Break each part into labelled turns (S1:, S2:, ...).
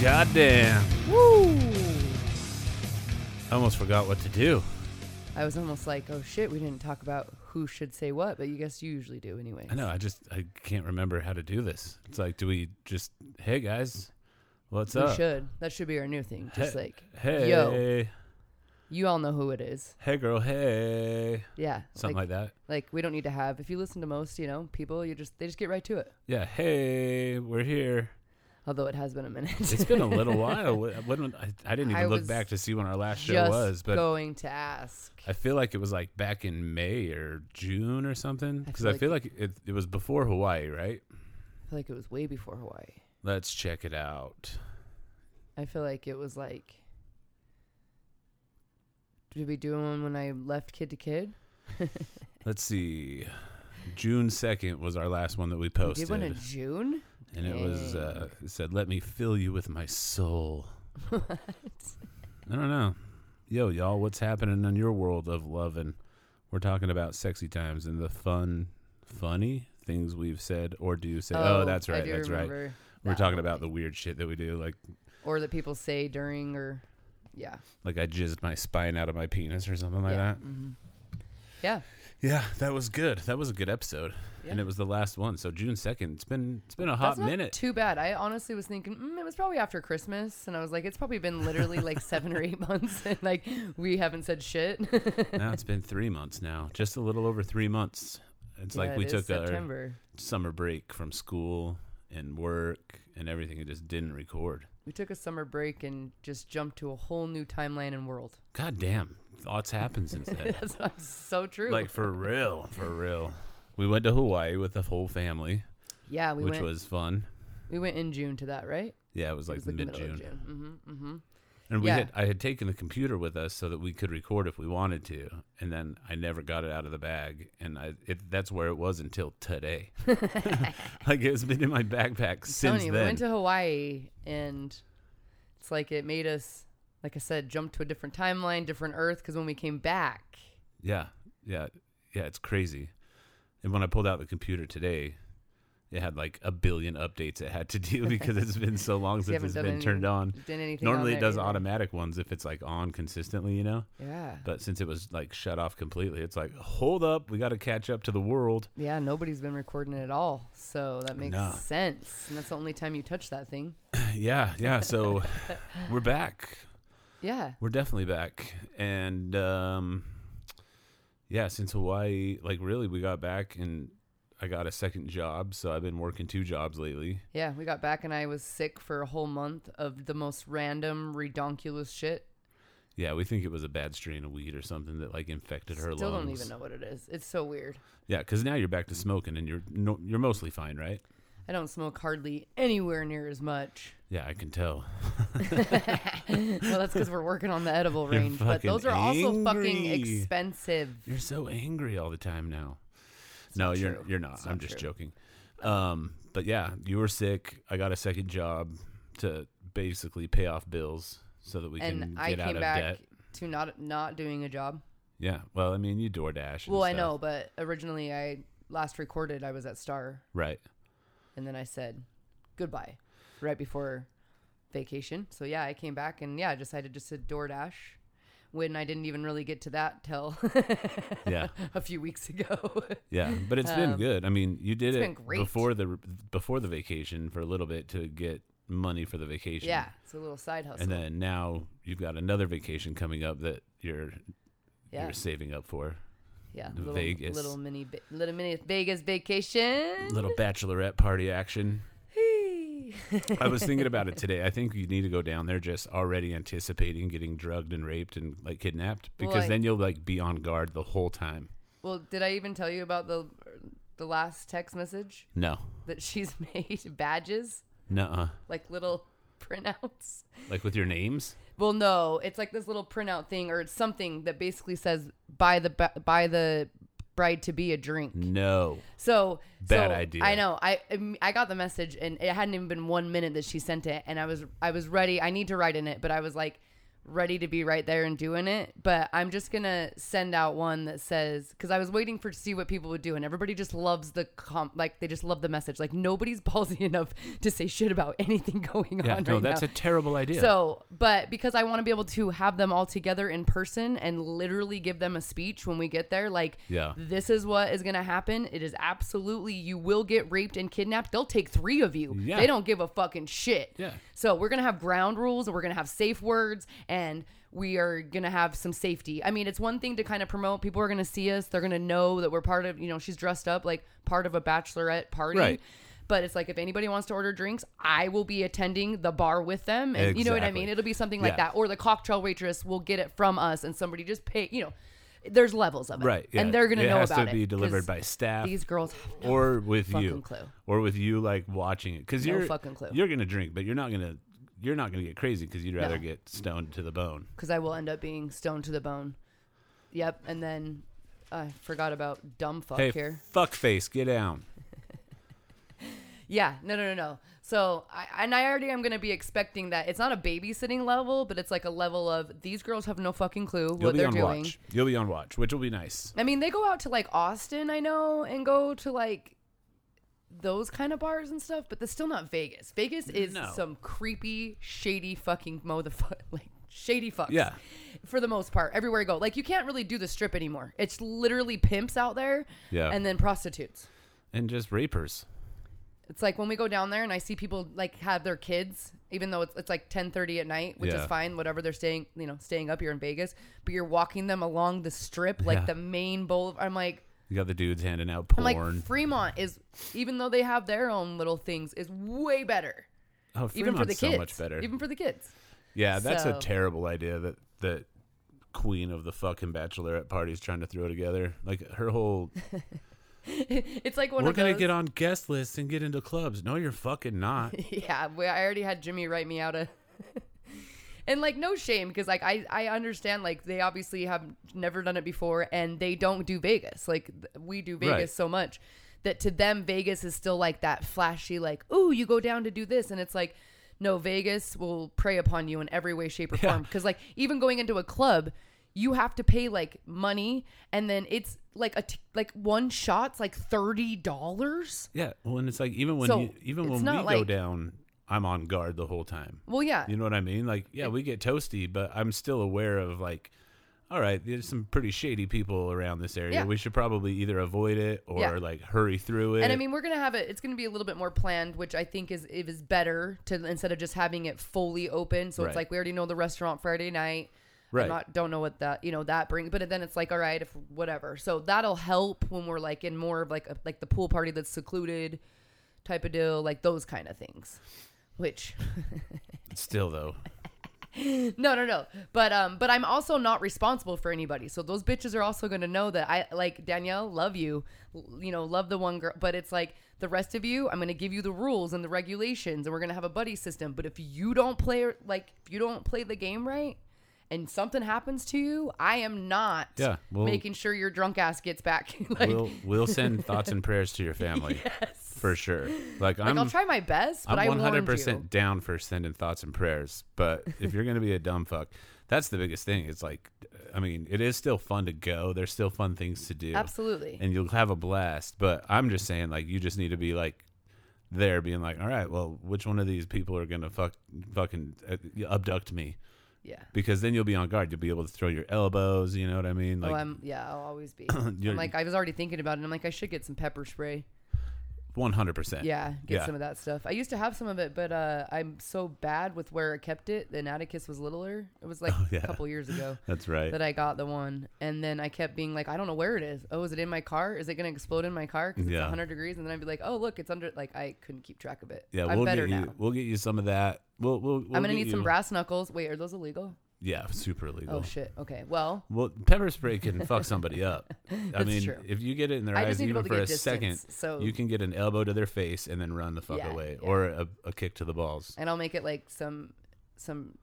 S1: Goddamn.
S2: Woo!
S1: I almost forgot what to do.
S2: I was almost like, oh shit, we didn't talk about who should say what, but you guess you usually do anyway.
S1: I know. I just I can't remember how to do this. It's like, do we just hey guys, what's
S2: We
S1: up?
S2: should. That should be our new thing. Just like,
S1: Hey,
S2: yo. you all know who it is.
S1: hey girl, hey,
S2: Yeah.
S1: something like, that.
S2: Like we don't need to have. If you listen to most, you know, people, you just they just get right to it.
S1: Yeah, hey, we're here.
S2: Although it has been a minute.
S1: It's been a little while. Wh- When, I, I didn't even
S2: I
S1: look
S2: was
S1: back to see when our last show
S2: just
S1: was, but
S2: going to ask.
S1: I feel like it was like back in May or June or something.
S2: I
S1: Because
S2: feel
S1: I
S2: like-
S1: feel like, it, it was before Hawaii, right?
S2: I feel like it was way before Hawaii.
S1: Let's check it out.
S2: I feel like it was like. Did we do one when I left kid to kid?
S1: Let's see. June second was our last one that we
S2: We
S1: posted,
S2: did one in June.
S1: and it was uh, it said, "Let me fill you with my soul."
S2: What?
S1: I don't know. Yo, y'all, what's happening in your world of love? And we're talking about sexy times and the fun, funny things we've said or do say. Oh, that's
S2: I
S1: right.
S2: do
S1: That's right.
S2: remember
S1: We're
S2: that
S1: talking
S2: one.
S1: about the weird shit that we do, like
S2: or that people say during or yeah
S1: like I jizzed my spine out of my penis or something like
S2: yeah
S1: that.
S2: hmm
S1: Mm-hmm.
S2: yeah
S1: Yeah, that was good. That was a good episode, and
S2: Yeah.
S1: it was the last one. So June second. It's been it's been a
S2: That's
S1: hot
S2: not
S1: minute.
S2: too bad i honestly was thinking mm, it was probably after christmas and i was like it's probably been literally like seven or eight months and like we haven't said shit
S1: now it's been three months now, just a little over three months. It's
S2: Yeah,
S1: like
S2: it
S1: we
S2: is
S1: took our
S2: september
S1: summer break from school and work and everything and just didn't record.
S2: we took a summer break and just jumped to a whole new timeline and world
S1: God damn, lots happened since then.
S2: that's not- so true
S1: like for real, for real. We went to Hawaii with the whole family,
S2: yeah we
S1: which
S2: went
S1: was fun.
S2: we went in june to that right
S1: Yeah, it was
S2: It
S1: like
S2: was, the
S1: mid
S2: middle of
S1: June,
S2: june hmm hmm
S1: and we
S2: Yeah.
S1: had I had taken the computer with us so that we could record if we wanted to, and then I never got it out of the bag, and I it, that's where it was until today. like it's been in my backpack
S2: telling
S1: since
S2: you,
S1: then.
S2: we went to Hawaii and it's like it made us, like I said, jump to a different timeline, different Earth. Because when we came back,
S1: Yeah, yeah, yeah. It's crazy. And when I pulled out the computer today, it had like a billion updates it had to do because it's been so long since
S2: haven't
S1: it's
S2: done
S1: been
S2: any
S1: turned on.
S2: did anything? on
S1: Normally, it
S2: there
S1: does
S2: either.
S1: automatic ones if it's like on consistently, you know.
S2: Yeah,
S1: But since it was like shut off completely, it's like, hold up, we got to catch up to the world.
S2: yeah. Nobody's been recording it at all, so that makes
S1: No.
S2: sense. And that's the only time you touch that thing.
S1: yeah, yeah. So we're back.
S2: Yeah,
S1: We're definitely back. And um yeah, since Hawaii, like really we got back and I got a second job, so I've been working two jobs lately.
S2: yeah. We got back and I was sick for a whole month of the most random, redonkulous shit.
S1: Yeah, we think it was a bad strain of weed or something that like infected her
S2: Still
S1: lungs.
S2: don't even know what it is. It's so weird.
S1: Yeah, cuz now you're back to smoking and you're no, you're mostly fine, right?
S2: I don't smoke hardly anywhere near as much.
S1: Yeah, I can tell.
S2: well, that's because we're working on the edible
S1: You're
S2: range. But
S1: fucking
S2: those are also fucking
S1: angry.
S2: expensive.
S1: You're so angry all the time now. no,
S2: not
S1: you're
S2: true.
S1: you're not.
S2: It's
S1: I'm
S2: not
S1: just
S2: true.
S1: joking. Um, but yeah, you were sick. I got a second job to basically pay off bills so that we can
S2: And I
S1: get out
S2: came
S1: of
S2: back
S1: debt.
S2: to not not doing a job.
S1: Yeah. Well, I mean, you DoorDash. and
S2: Well, I
S1: stuff.
S2: know, but originally I last recorded I was at Star,
S1: Right.
S2: and then I said goodbye right before vacation. So yeah, I came back and yeah, I decided just to DoorDash when I didn't even really get to that till
S1: Yeah.
S2: a few weeks ago.
S1: Yeah. But it's been good. I mean, you did
S2: Um, it's
S1: it
S2: been great.
S1: before the before the vacation for a little bit to get money for the vacation.
S2: yeah, it's a little side hustle.
S1: And then now you've got another vacation coming up that you're
S2: yeah.
S1: you're saving up for.
S2: Yeah,
S1: The
S2: little,
S1: Vegas.
S2: little mini, ba- little mini Vegas vacation.
S1: Little bachelorette party action.
S2: Hey.
S1: I was thinking about it today. I think you need to go down there just already anticipating getting drugged and raped and like kidnapped because
S2: Well, I-
S1: then you'll like be on guard the whole time.
S2: well, did I even tell you about the the last text message
S1: No.
S2: that she's made badges
S1: Nuh-uh.
S2: like little printouts?
S1: Like with your names?
S2: Well, no, it's like this little printout thing or it's something that basically says buy the ba- buy the bride to be a drink.
S1: No.
S2: So
S1: Bad
S2: so,
S1: idea.
S2: I know. I um, I got the message, and it hadn't even been one minute that she sent it, and I was I was ready. I need to write in it, but I was like, ready to be right there and doing it. But I'm just gonna send out one that says because I was waiting for to see what people would do, and everybody just loves the comp, like they just love the message. Like nobody's ballsy enough to say shit about anything going
S1: Yeah,
S2: on.
S1: no,
S2: right
S1: that's
S2: now.
S1: a terrible idea.
S2: So, but because I want to be able to have them all together in person and literally give them a speech when we get there, like,
S1: Yeah.
S2: this is what is going to happen. It is absolutely, you will get raped and kidnapped. They'll take three of you.
S1: Yeah.
S2: They don't give a fucking shit.
S1: Yeah.
S2: So, we're going to have ground rules and we're going to have safe words and we are going to have some safety. I mean, it's one thing to kind of promote. People are going to see us. They're going to know that we're part of, you know, she's dressed up like part of a bachelorette party.
S1: Right.
S2: But it's like if anybody wants to order drinks, I will be attending the bar with them, and you know what I
S1: Exactly.
S2: mean. It'll be something like
S1: Yeah.
S2: that, or the cocktail waitress will get it from us, and somebody just pay. You know, there's levels of it,
S1: right. yeah.
S2: And they're gonna
S1: it
S2: know
S1: has
S2: about
S1: to
S2: it
S1: be delivered
S2: 'cause
S1: by staff
S2: these girls. have no
S1: or with
S2: fucking
S1: you,
S2: clue.
S1: or with you like watching it because
S2: No
S1: you're
S2: fucking clue.
S1: You're gonna drink, but you're not gonna you're not gonna get crazy because you'd rather
S2: No.
S1: get stoned to the bone.
S2: because I will end up being stoned to the bone. Yep, and then I forgot about dumb fuck
S1: Hey,
S2: here.
S1: fuck face, get down.
S2: Yeah, no, no, no, no. So, I, and I already am going to be expecting that. It's not a babysitting level, but it's like a level of these girls have no fucking clue
S1: You'll
S2: what
S1: be
S2: they're
S1: on
S2: doing.
S1: watch. You'll be on watch, which will be nice.
S2: I mean, they go out to like Austin, I know, and go to like those kind of bars and stuff, but that's still not Vegas. Vegas is
S1: No.
S2: some creepy, shady fucking motherfucker. Like, shady fucks.
S1: Yeah.
S2: For the most part, everywhere you go. Like, you can't really do the strip anymore. It's literally pimps out there
S1: Yeah.
S2: and then prostitutes.
S1: And just rapers.
S2: It's like when we go down there and I see people like have their kids, even though it's, it's like 10:30 at night, which
S1: Yeah.
S2: is fine, whatever they're staying, you know, staying up here in Vegas, but you're walking them along the strip, like
S1: Yeah.
S2: the main boulevard. I'm like,
S1: You got the dudes handing out porn.
S2: I'm like Fremont is, even though they have their own little things, is way better.
S1: oh,
S2: even for the
S1: Fremont's
S2: kids,
S1: so much better.
S2: Even for the kids.
S1: yeah, that's a
S2: so-
S1: terrible idea that that queen of the fucking bachelorette party is trying to throw together. Like her whole
S2: It's like one
S1: we're
S2: of
S1: gonna
S2: those.
S1: get on guest lists and get into clubs. No, you're fucking not.
S2: yeah, we, I already had Jimmy write me out a. and like no shame because like I I understand like they obviously have never done it before and they don't do Vegas like th- we do Vegas
S1: Right.
S2: so much that to them Vegas is still like that flashy like oh you go down to do this and it's like no Vegas will prey upon you in every way shape or
S1: Yeah.
S2: form because like even going into a club you have to pay like money and then it's like a t- like one shot's like thirty dollars
S1: Yeah, well, and it's like even when
S2: So,
S1: you, even
S2: it's
S1: when we
S2: not
S1: go
S2: like-
S1: down, I'm on guard the whole time.
S2: well yeah
S1: You know what I mean? Like, yeah, we get toasty, but I'm still aware of like, all right, there's some pretty shady people around this area.
S2: Yeah.
S1: We should probably either avoid it or
S2: Yeah.
S1: like hurry through it.
S2: And I mean, we're gonna have it. It's gonna be a little bit more planned, which I think is it is better to instead of just having it fully open. So
S1: Right.
S2: it's like we already know the restaurant Friday night. I'm
S1: Right.
S2: Not don't know what that you know that brings, but then it's like all right, if whatever. So that'll help when we're like in more of like a, like the pool party that's secluded type of deal, like those kind of things. Which
S1: still though,
S2: no, no, no. But um, but I'm also not responsible for anybody. So those bitches are also gonna know that I like Danielle, love you, l- you know, love the one girl. But it's like the rest of you, I'm gonna give you the rules and the regulations, and we're gonna have a buddy system. But if you don't play like if you don't play the game right, and something happens to you, I am not
S1: Yeah, we'll-
S2: making sure your drunk ass gets back. like,
S1: we'll we'll send thoughts and prayers to your family for sure. Like,
S2: like
S1: I'm
S2: I'll try my best, but I
S1: I'm 100
S2: warned
S1: percent
S2: you.
S1: down for sending thoughts and prayers, but if you're gonna be a dumb fuck, that's the biggest thing. It's like, I mean, it is still fun to go. There's still fun things to do.
S2: Absolutely.
S1: and you'll have a blast. But I'm just saying, like, you just need to be like there, being like, all right, well, which one of these people are gonna fuck, fucking uh, abduct me?
S2: yeah.
S1: Because then you'll be on guard. You'll be able to throw your elbows. You know what I mean? Like,
S2: oh, I'm yeah. I'll always be. I'm
S1: You're-
S2: like I was already thinking about it. And I'm like I should get some pepper spray.
S1: 100. percent
S2: Yeah, get
S1: Yeah.
S2: some of that stuff. I used to have some of it, but uh, I'm so bad with where I kept it. And Atticus was littler. It was like
S1: Oh, yeah.
S2: a couple years ago
S1: That's right.
S2: that I got the one, and then I kept being like, I don't know where it is. Oh, is it in my car? Is it gonna explode in my car? Because it's
S1: Yeah.
S2: 100 degrees, and then I'd be like, Oh, look, it's under. Like I couldn't keep track of it.
S1: yeah,
S2: I'm
S1: we'll
S2: better
S1: get you.
S2: now.
S1: We'll get you some of that. We'll. we'll, we'll
S2: I'm gonna
S1: get
S2: need
S1: you,
S2: some brass knuckles. Wait, are those illegal?
S1: Yeah, super legal.
S2: Oh shit. Okay. Well,
S1: Well, pepper spray can fuck somebody up. I mean,
S2: true.
S1: if you get it in their
S2: I
S1: eyes
S2: just need to
S1: even
S2: be able to
S1: for
S2: get
S1: a second,
S2: distance, so-
S1: you can get an elbow to their face and then run the fuck
S2: Yeah,
S1: away,
S2: yeah.
S1: or a, a kick to the balls.
S2: and I'll make it like some some.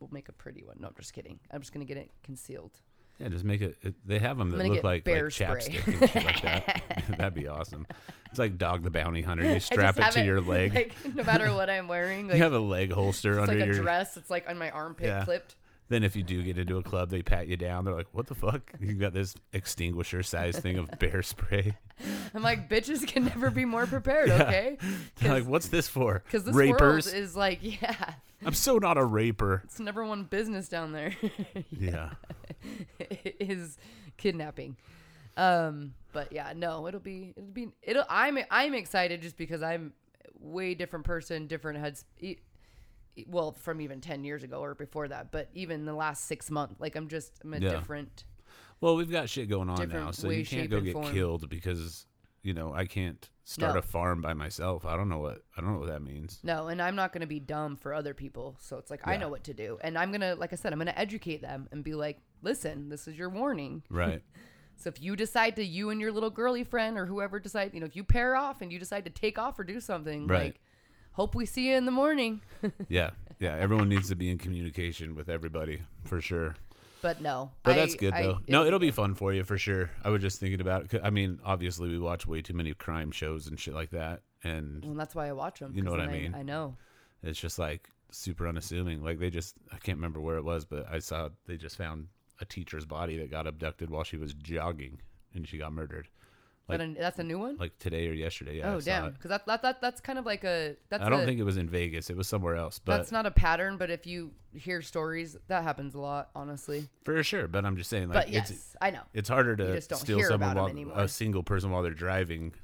S2: We'll make a pretty one. No, I'm just kidding. I'm just gonna get it concealed.
S1: Yeah, just make it. it- They have them that
S2: gonna
S1: look
S2: get
S1: like, like
S2: bear spray.
S1: chapstick and shit like that. That'd be awesome. It's like Dog the Bounty Hunter. You
S2: I
S1: strap
S2: just
S1: it to
S2: have
S1: your leg.
S2: like, no matter what I'm wearing. Like,
S1: you have a leg holster
S2: It's
S1: under
S2: like a
S1: your.
S2: dress. It's like on my armpit
S1: Yeah.
S2: clipped.
S1: Then if you do get into a club, they pat you down. They're like, "What the fuck? You got this extinguisher sized thing of bear spray."
S2: I'm like, bitches can never be more prepared, okay?
S1: They're like, "What's this for?"
S2: Because this world
S1: rapers.
S2: is like, yeah,
S1: I'm so not a raper.
S2: it's number one business down there
S1: Yeah.
S2: is kidnapping. Um, but yeah, no, it'll be it'll be it'll. I'm I'm excited just because I'm way different person, different heads. e- e- Well, from even ten years ago or before that, but even the last six months, like I'm just I'm a
S1: Yeah.
S2: different.
S1: Well, we've got shit going on now,
S2: Different
S1: so
S2: way,
S1: you can't
S2: shape,
S1: go
S2: and
S1: get
S2: form.
S1: killed because you know I can't start
S2: No.
S1: a farm by myself. I don't know what I don't know what that means.
S2: No, and I'm not going to be dumb for other people. So it's like I
S1: Yeah.
S2: know what to do, and I'm gonna, like I said, I'm gonna educate them and be like, listen, this is your warning.
S1: Right.
S2: So if you decide to, you and your little girly friend or whoever decide, you know, if you pair off and you decide to take off or do something,
S1: Right.
S2: like, hope we see you in the morning.
S1: yeah. Yeah. Everyone needs to be in communication with everybody for sure.
S2: but no,
S1: But
S2: I-
S1: that's good
S2: I-
S1: though. no, it'll be fun for you for sure. I was just thinking about it. 'cause- I mean, obviously we watch way too many crime shows and shit like that, and
S2: Well, that's why I watch them.
S1: You know what I mean.
S2: I know.
S1: it's just like super unassuming. Like they just I can't remember where it was, but I saw they just found a teacher's body that got abducted while she was jogging and she got murdered.
S2: But
S1: Like-
S2: an- that's a new one.
S1: like today or yesterday. Yeah, I
S2: oh
S1: saw
S2: damn,
S1: it.
S2: because that, that, that that's kind of like a that's.
S1: I don't
S2: a-
S1: think it was in Vegas. It was somewhere else, but
S2: that's not a pattern. But if you hear stories, that happens a lot, honestly.
S1: for sure. But I'm just saying, like,
S2: But yes,
S1: it's
S2: I know.
S1: it's harder to
S2: just don't
S1: steal
S2: hear
S1: someone
S2: about 'em
S1: while
S2: anymore.
S1: a single person while they're driving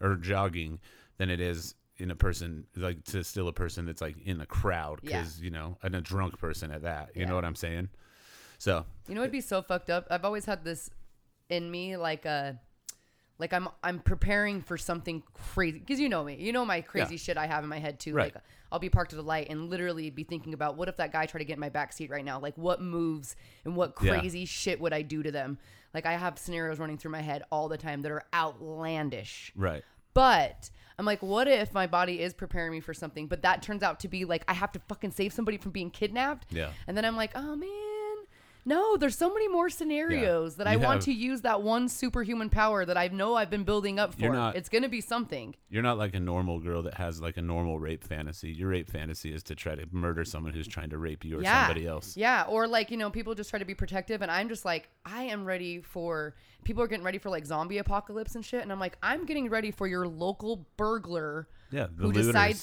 S1: or jogging than it is in a person like to steal a person that's like in the crowd
S2: Yeah.
S1: because you know and a drunk person at that. You
S2: Yeah.
S1: know what I'm saying? So
S2: You know, it'd be so fucked up. I've always had this in me, like uh like I'm I'm preparing for something crazy because you know me, you know my crazy
S1: Yeah.
S2: shit I have in my head too.
S1: Right.
S2: Like I'll be parked at a light and literally be thinking about what if that guy tried to get in my back seat right now? Like what moves and what
S1: Yeah.
S2: crazy shit would I do to them? Like I have scenarios running through my head all the time that are outlandish.
S1: right,
S2: But I'm like, what if my body is preparing me for something, but that turns out to be like I have to fucking save somebody from being kidnapped?
S1: Yeah.
S2: And then I'm like, oh man, no, there's so many more scenarios that I
S1: You
S2: want
S1: have-
S2: to use that one superhuman power that I know I've been building up for.
S1: You're not-
S2: it's gonna be something.
S1: you're not like a normal girl that has like a normal rape fantasy. Your rape fantasy is to try to murder someone who's trying to rape you or
S2: yeah.
S1: somebody else.
S2: Yeah. Or like, you know, people just try to be protective and I'm just like, I am ready for people are getting ready for like zombie apocalypse and shit. And I'm like, I'm getting ready for your local burglar
S1: Yeah, the
S2: who decides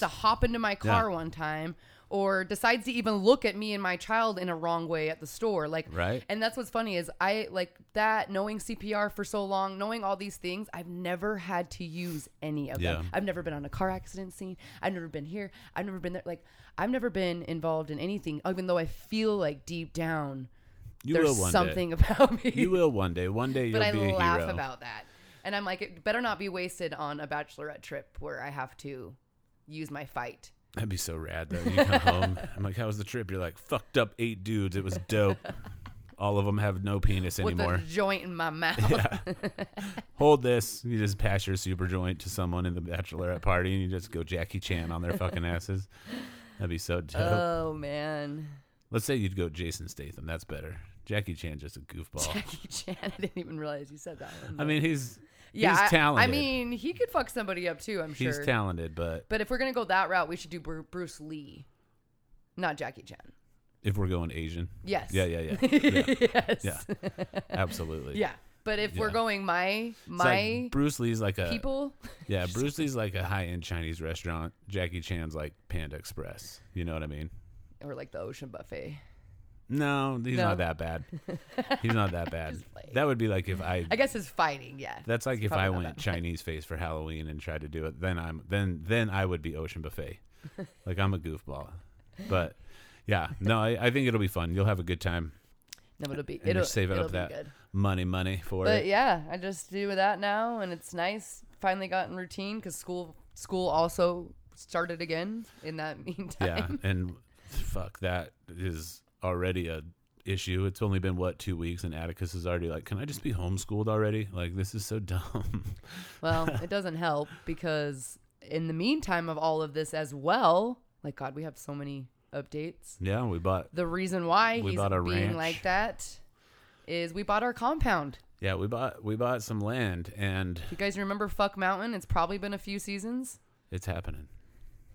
S1: looters.
S2: to hop into my car one time or decides to even look at me and my child in a wrong way at the store. Like
S1: Right.
S2: and that's what's funny is I like that knowing CPR for so long, knowing all these things, I've never had to use any of them.
S1: Yeah.
S2: I've never been on a car accident scene. I've never been here. I've never been there. Like I've never been involved in anything, even though I feel like deep down
S1: You will
S2: there's
S1: one day.
S2: something about me.
S1: You will one day. One day you'll
S2: but I
S1: be a
S2: laugh
S1: hero.
S2: about that. And I'm like, it better not be wasted on a bachelorette trip where I have to use my fight.
S1: That'd be so rad though. You come home. I'm like, how was the trip? You're like, fucked up eight dudes. It was dope. All of them have no penis anymore.
S2: With a joint in my mouth.
S1: Hold this. You just pass your super joint to someone in the bachelorette party, and you just go Jackie Chan on their fucking asses. That'd be so dope.
S2: Oh man,
S1: Let's say you'd go Jason Statham. That's better. Jackie Chan just a goofball.
S2: Jackie Chan. I didn't even realize you said that one.
S1: I mean, he's
S2: yeah, I-
S1: he's talented.
S2: I, mean, he could fuck somebody up too. I'm sure.
S1: he's talented, but
S2: But if we're gonna go that route, we should do Bru- Bruce Lee, not Jackie Chan.
S1: if we're going Asian,
S2: Yes.
S1: yeah, yeah, yeah, yeah,
S2: yes. Yeah.
S1: yeah. absolutely.
S2: But if we're
S1: Yeah.
S2: going my
S1: It's like uh,
S2: my
S1: Bruce Lee's like a
S2: people,
S1: Yeah, Bruce Lee's like a high end Chinese restaurant. Jackie Chan's like Panda Express. You know what I mean?
S2: or like the Ocean Buffet.
S1: No, he's
S2: No.
S1: not that bad. He's not that bad.
S2: Just playing.
S1: that would be like if I.
S2: I guess it's fighting. Yeah.
S1: that's like if I
S2: probably not
S1: went Chinese face for Halloween and tried to do it. Then I'm then then I would be Ocean Buffet. Like I'm a goofball, but yeah, no, I, I think it'll be fun. You'll have a good time.
S2: No, it'll be
S1: And
S2: it'll
S1: you're saving
S2: it'll
S1: up
S2: be
S1: that
S2: good.
S1: money, money for
S2: But
S1: it.
S2: yeah, I just do that now, and it's nice. Finally got in routine because school school also started again in that
S1: yeah
S2: meantime.
S1: and fuck that is already a issue it's only been what two weeks and atticus is already like can i just be homeschooled already like this is so dumb
S2: well, it doesn't help because in the meantime of all of this as well, like God, we have so many updates.
S1: yeah we bought
S2: The reason why
S1: We
S2: he's
S1: bought a
S2: being
S1: ranch.
S2: like that is we bought our compound.
S1: yeah we bought we bought some land and
S2: You guys remember Fuck Mountain? It's probably been a few seasons.
S1: it's happening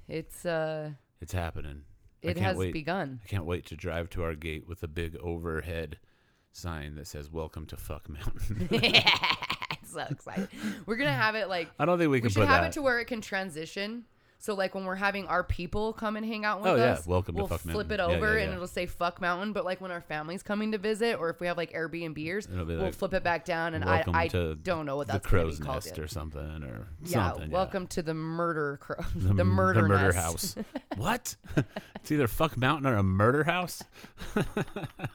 S2: It's uh
S1: it's happening
S2: It
S1: can't
S2: has
S1: wait.
S2: begun.
S1: I can't wait to drive to our gate with a big overhead sign that says "Welcome to Fuck Mountain."
S2: so excited. We're gonna have it like
S1: I don't think we
S2: we
S1: can
S2: should
S1: put
S2: have
S1: that.
S2: it to where it can transition. So like when we're having our people come and hang out with
S1: Oh, yeah.
S2: us,
S1: Welcome to
S2: we'll
S1: Fuck
S2: flip
S1: Mountain.
S2: it
S1: Yeah, yeah,
S2: over and
S1: yeah.
S2: it'll say "fuck mountain." But like when our family's coming to visit, or if we have like Airbnbers,
S1: It'll be
S2: we'll
S1: like,
S2: flip it back down. And I,
S1: welcome
S2: I
S1: to
S2: don't know what
S1: the
S2: that's gonna be
S1: crow's
S2: called.
S1: nest
S2: yet.
S1: or something or
S2: yeah,
S1: something.
S2: welcome to the murder crow,
S1: The,
S2: Mm, the,
S1: m-
S2: murder,
S1: the murder
S2: nest.
S1: house. what? it's either Fuck Mountain or a murder house.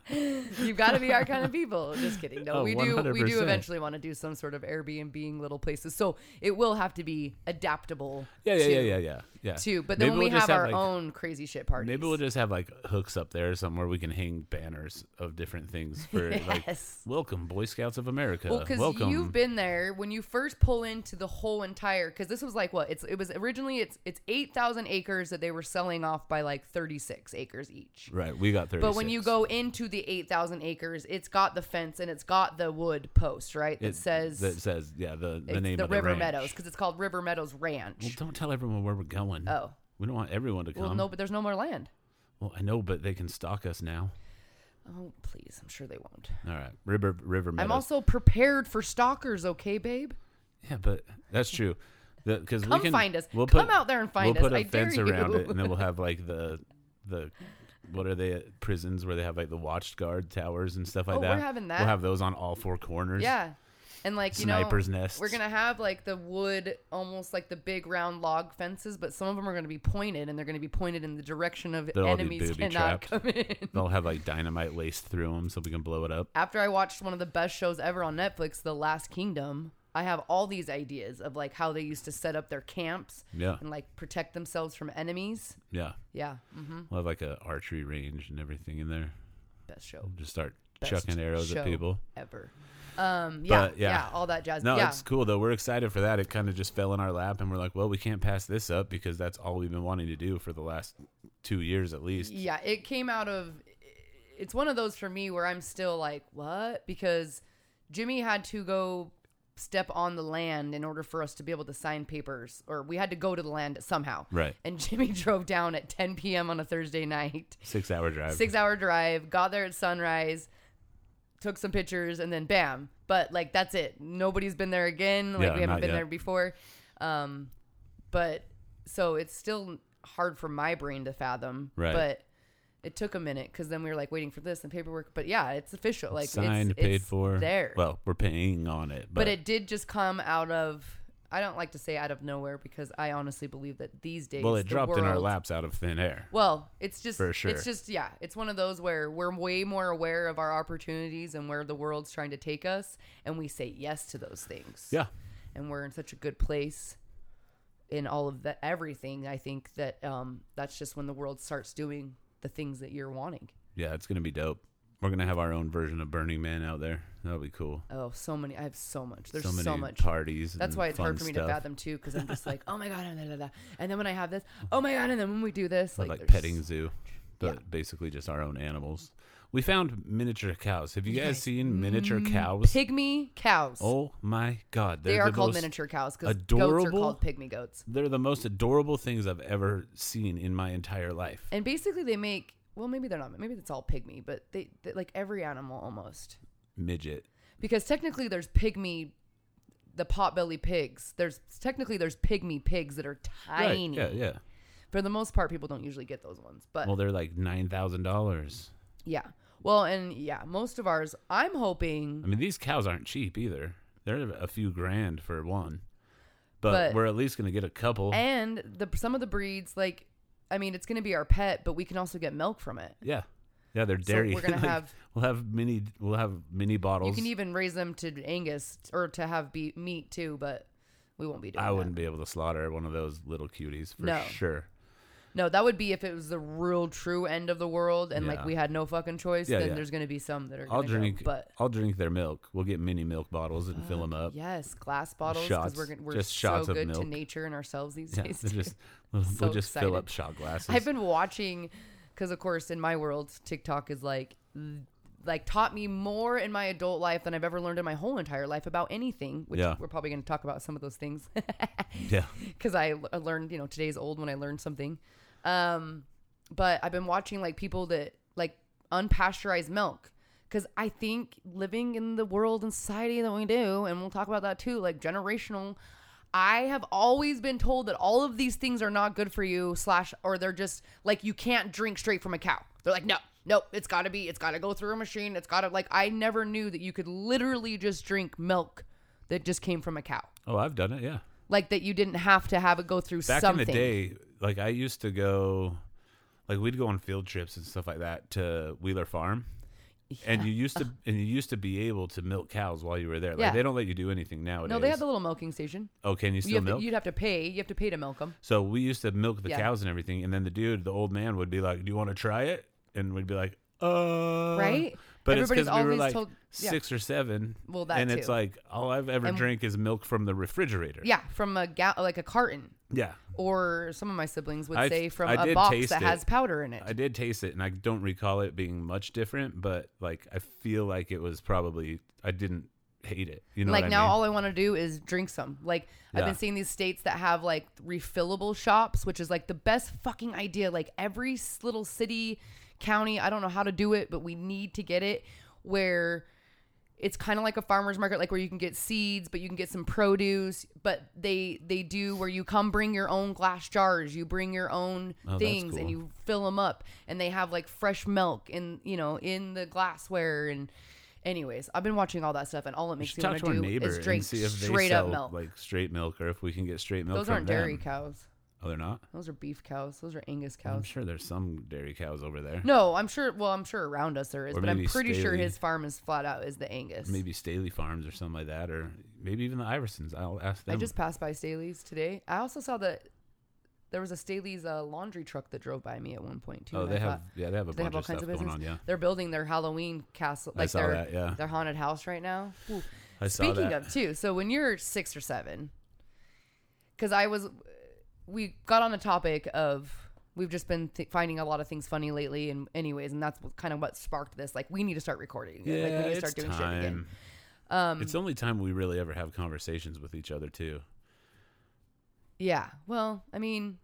S2: You've got to be our kind of people. Just kidding. No,
S1: Oh,
S2: we do. We do
S1: 100%.
S2: eventually want to do some sort of Airbnb little places. So it will have to be adaptable.
S1: Yeah, yeah,
S2: to,
S1: yeah, yeah, yeah, yeah.
S2: To but then
S1: Maybe
S2: when we
S1: we'll just
S2: have our
S1: like,
S2: own crazy shit parties.
S1: Maybe we'll just have like hooks up there somewhere we can hang banners of different things for like
S2: Yes.
S1: welcome Boy Scouts of America.
S2: Well, because
S1: welcome.
S2: you've been there when you first pull into the whole entire. Because this was like what it's it was originally it's it's eight thousand acres that they were selling off by like thirty six acres each.
S1: right, we got 36.
S2: But when you go into the eight thousand acres, it's got the fence and it's got the wood post right that
S1: It-
S2: says
S1: that says yeah, the the
S2: it's
S1: name
S2: the
S1: of
S2: River
S1: ranch.
S2: Meadows because it's called River Meadows
S1: Well,
S2: Ranch.
S1: don't tell everyone where we're going.
S2: Oh.
S1: We don't want everyone to come.
S2: Well, no, but there's no more land.
S1: Well, I know, but they can stalk us now.
S2: Oh, please. I'm sure they won't.
S1: All right, River River Meadows.
S2: I'm also prepared for stalkers, okay, babe?
S1: yeah, but that's true. Because we
S2: Come
S1: can
S2: find us.
S1: We'll
S2: Come
S1: put,
S2: out there and find
S1: we'll put
S2: us.
S1: a
S2: I dare
S1: fence around
S2: you.
S1: it, and then we'll have like the the what are they prisons where they have like the watched guard towers and stuff like
S2: Oh, we're
S1: that.
S2: having that.
S1: We'll have those on all four corners.
S2: Yeah. And like you
S1: Sniper's
S2: know,
S1: nests.
S2: we're gonna have like the wood, almost like the big round log fences, but some of them are gonna be pointed, and they're gonna be pointed in the direction of
S1: They'll all be
S2: enemies
S1: booby
S2: cannot
S1: trapped.
S2: come in.
S1: They'll have like dynamite laced through them so we can blow it up.
S2: After I watched one of the best shows ever on Netflix, The Last Kingdom, I have all these ideas of like how they used to set up their camps
S1: Yeah.
S2: and like protect themselves from enemies.
S1: Yeah,
S2: Yeah, mm-hmm.
S1: we'll have like a archery range and everything in there.
S2: best show.
S1: Just start
S2: best
S1: chucking arrows
S2: show
S1: at people.
S2: ever. Um, yeah,
S1: But,
S2: yeah,
S1: yeah.
S2: all that jazz.
S1: No,
S2: yeah,
S1: it's cool though. We're excited for that. It kind of just fell in our lap, and we're like, well, we can't pass this up because that's all we've been wanting to do for the last two years at least.
S2: yeah. It came out of. It's one of those for me where I'm still like, what? Because Jimmy had to go step on the land in order for us to be able to sign papers, or we had to go to the land somehow.
S1: Right.
S2: And Jimmy drove down at 10 p.m. on a Thursday night,
S1: Six hour drive.
S2: six hour drive, got there at sunrise, took some pictures, and then bam. But like that's it. Nobody's been there again. Like
S1: Yeah,
S2: we haven't
S1: not
S2: been
S1: yet.
S2: there before. Um, but so it's still hard for my brain to fathom.
S1: Right.
S2: But it took a minute because then we were like waiting for this and paperwork. But yeah, it's official. Like it's-
S1: Signed,
S2: it's
S1: paid for.
S2: there.
S1: Well, we're paying on it, but,
S2: but it did just come out of. I don't like to say out of nowhere because I honestly believe that these days.
S1: well, it
S2: the
S1: dropped in our
S2: world-
S1: laps out of thin air.
S2: well, it's just
S1: For sure.
S2: It's just yeah, it's one of those where we're way more aware of our opportunities and where the world's trying to take us, and we say yes to those things.
S1: Yeah.
S2: and we're in such a good place in all of that everything. I think that um, that's just when the world starts doing the things that you're wanting.
S1: Yeah, it's gonna be dope. We're gonna have our own version of Burning Man out there. That'll be cool.
S2: Oh, so many! I have so much. There's
S1: so
S2: so,
S1: many
S2: much.
S1: parties.
S2: That's
S1: and
S2: why it's
S1: fun
S2: hard for me
S1: stuff.
S2: to fathom too, because I'm just like, oh my god, and, da, da, da. and then when I have this, oh my god, and then when we do this,
S1: But
S2: like,
S1: like
S2: there's-
S1: petting zoo, but
S2: Yeah.
S1: basically just our own animals. We found miniature cows. Have you guys
S2: Guys,
S1: seen miniature cows?
S2: pygmy cows.
S1: Oh my god,
S2: Mm, they
S1: they're
S2: are
S1: the
S2: called
S1: most-
S2: miniature cows because goats are
S1: adorable-
S2: called pygmy goats.
S1: They're the most adorable things I've ever seen in my entire life.
S2: And basically, they make well, maybe they're not. Maybe it's all pygmy, but they, they like every animal almost
S1: Midget.
S2: because technically there's pygmy, the potbelly pigs. There's technically there's pygmy pigs that are tiny.
S1: Right. Yeah, yeah.
S2: For the most part, people don't usually get those ones, but
S1: Well, they're like nine thousand dollars.
S2: yeah. Well, and yeah, most of ours. I'm hoping
S1: I mean, these cows aren't cheap either. They're a few grand for one, but,
S2: But-
S1: we're at least gonna get a couple.
S2: and the some of the breeds like i mean it's going to be our pet but we can also get milk from it
S1: yeah, yeah, they're dairy.
S2: we're gonna
S1: Like,
S2: have-
S1: we'll have mini we'll have mini
S2: you
S1: bottles.
S2: can even raise them to angus or to have be- meat too but we won't be doing
S1: I
S2: that.
S1: wouldn't be able to slaughter one of those little cuties for
S2: No.
S1: sure.
S2: no that would be if it was the real true end of the world and like
S1: Yeah.
S2: we had no fucking choice
S1: Yeah,
S2: then
S1: yeah.
S2: there's going to be some that are
S1: I'll
S2: going to
S1: drink.
S2: go, but
S1: I'll drink their milk. We'll get mini milk bottles and
S2: Uh,
S1: fill them up.
S2: yes glass bottles because
S1: Shots,
S2: we're, gonna- we're
S1: just
S2: so
S1: shots of
S2: good to
S1: milk.
S2: nature and ourselves these
S1: Yeah,
S2: days
S1: they're
S2: too.
S1: just we'll,
S2: So
S1: we'll just fill
S2: excited.
S1: up shot glasses.
S2: I've been watching because, of course, in my world, TikTok is like like taught me more in my adult life than I've ever learned in my whole entire life about anything. Which
S1: Yeah.
S2: we're probably going to talk about some of those things
S1: yeah,
S2: because I l- learned, you know, today's old when I learned something. Um, but I've been watching like people that like unpasteurized milk because I think living in the world and society that we do, and we'll talk about that too, like generational. I have always been told that all of these things are not good for you, slash, or they're just like you can't drink straight from a cow. They're like, no, no, it's gotta be, it's gotta go through a machine. It's gotta, like, I never knew that you could literally just drink milk that just came from a cow.
S1: Oh, I've done it. Yeah.
S2: Like, that you didn't have to have it go through
S1: Back
S2: something.
S1: in the day, like I used to go, like we'd go on field trips and stuff like that to Wheeler Farm. And you used to and you used to be able to milk cows while you were there. Like
S2: Yeah.
S1: they don't let you do anything nowadays.
S2: no, they have the little milking station.
S1: oh, can you still
S2: You have
S1: milk?
S2: to, you'd have to pay. You have to pay to milk them.
S1: So we used to milk the
S2: Yeah.
S1: cows and everything, and then the dude, the old man, would be like, "Do you want to try it?" And we'd be like, "Uh."
S2: Right?
S1: But it's
S2: Everybody's
S1: 'cause we were
S2: always
S1: like
S2: told- yeah.
S1: six or seven.
S2: Well, that
S1: and it's
S2: too.
S1: like all I've ever drank is milk from the refrigerator.
S2: Yeah, from a ga- like a carton,
S1: Yeah.
S2: or some of my siblings would
S1: I-
S2: say from
S1: I
S2: a
S1: did
S2: box
S1: taste
S2: that
S1: it.
S2: has powder in it.
S1: I did taste it, and I don't recall it being much different. But like, I feel like it was probably I didn't hate it. You know,
S2: like
S1: what I
S2: now,
S1: mean?
S2: all I want to do is drink some. Like I've
S1: Yeah.
S2: been seeing these states that have like refillable shops, which is like the best fucking idea. Like every s- little city, county, I don't know how to do it, but we need to get it where it's kind of like a farmers market like where you can get seeds but you can get some produce but they they do where you come bring your own glass jars you bring your own
S1: Oh, that's
S2: things and
S1: cool.
S2: you fill them up and they have like fresh milk in you know in the glassware and anyways i've been watching all that stuff and all it makes
S1: Should
S2: me
S1: talk
S2: want
S1: to our
S2: to do
S1: neighbor
S2: is drink
S1: and see if they
S2: straight
S1: sell
S2: up milk
S1: like straight milk, or if we can get straight milk.
S2: those
S1: from
S2: aren't dairy
S1: them.
S2: cows
S1: Oh, they're not.
S2: those are beef cows those are angus
S1: I'm
S2: cows
S1: sure there's some dairy cows over there.
S2: no i'm sure well i'm sure around us there is
S1: Or
S2: but i'm
S1: maybe
S2: pretty sure
S1: Staley.
S2: his farm is flat out is the angus
S1: maybe Staley Farms or something like that, or maybe even the Iversons. I'll ask them.
S2: I just passed by Staley's today. I also saw that there was a Staley's uh, laundry truck that drove by me at one point too.
S1: oh,
S2: and
S1: they
S2: I
S1: have
S2: thought,
S1: yeah, they have a
S2: do they
S1: bunch
S2: have all
S1: of stuff
S2: kinds of
S1: going
S2: business.
S1: on. Yeah,
S2: They're building their Halloween castle, like
S1: saw
S2: their
S1: that, yeah.
S2: their haunted house right now. Ooh.
S1: I saw
S2: Speaking
S1: that.
S2: of too, so when you're six or seven, because I was, we got on the topic of we've just been th- finding a lot of things funny lately, and anyways, and that's kind of what sparked this. Like we need to start recording. again.
S1: yeah,
S2: like, we need to
S1: it's
S2: start doing shit again. Um,
S1: time. it's the only time we really ever have conversations with each other too.
S2: Yeah. Well, I mean,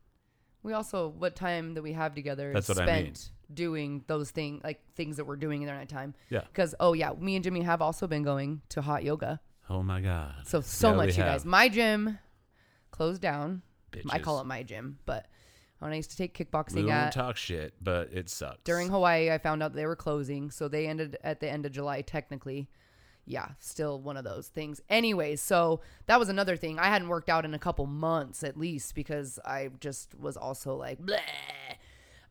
S2: we also what time that we have together
S1: That's
S2: is
S1: what I mean.
S2: spent doing those things like things that we're doing in their nighttime.
S1: Yeah.
S2: Because oh yeah, me and Jimmy have also been going to hot yoga.
S1: Oh my god.
S2: So so
S1: Yeah, we
S2: much, you guys.
S1: have.
S2: My gym closed down. I
S1: Bitches.
S2: call it my gym, but when I used to take
S1: We
S2: kickboxing
S1: won't
S2: at
S1: talk shit, but it sucks.
S2: during Hawaii, I found out they were closing, so they ended at the end of July technically. Yeah, still one of those things. Anyways, so that was another thing. I hadn't worked out in a couple months at least because I just was also like, Bleh.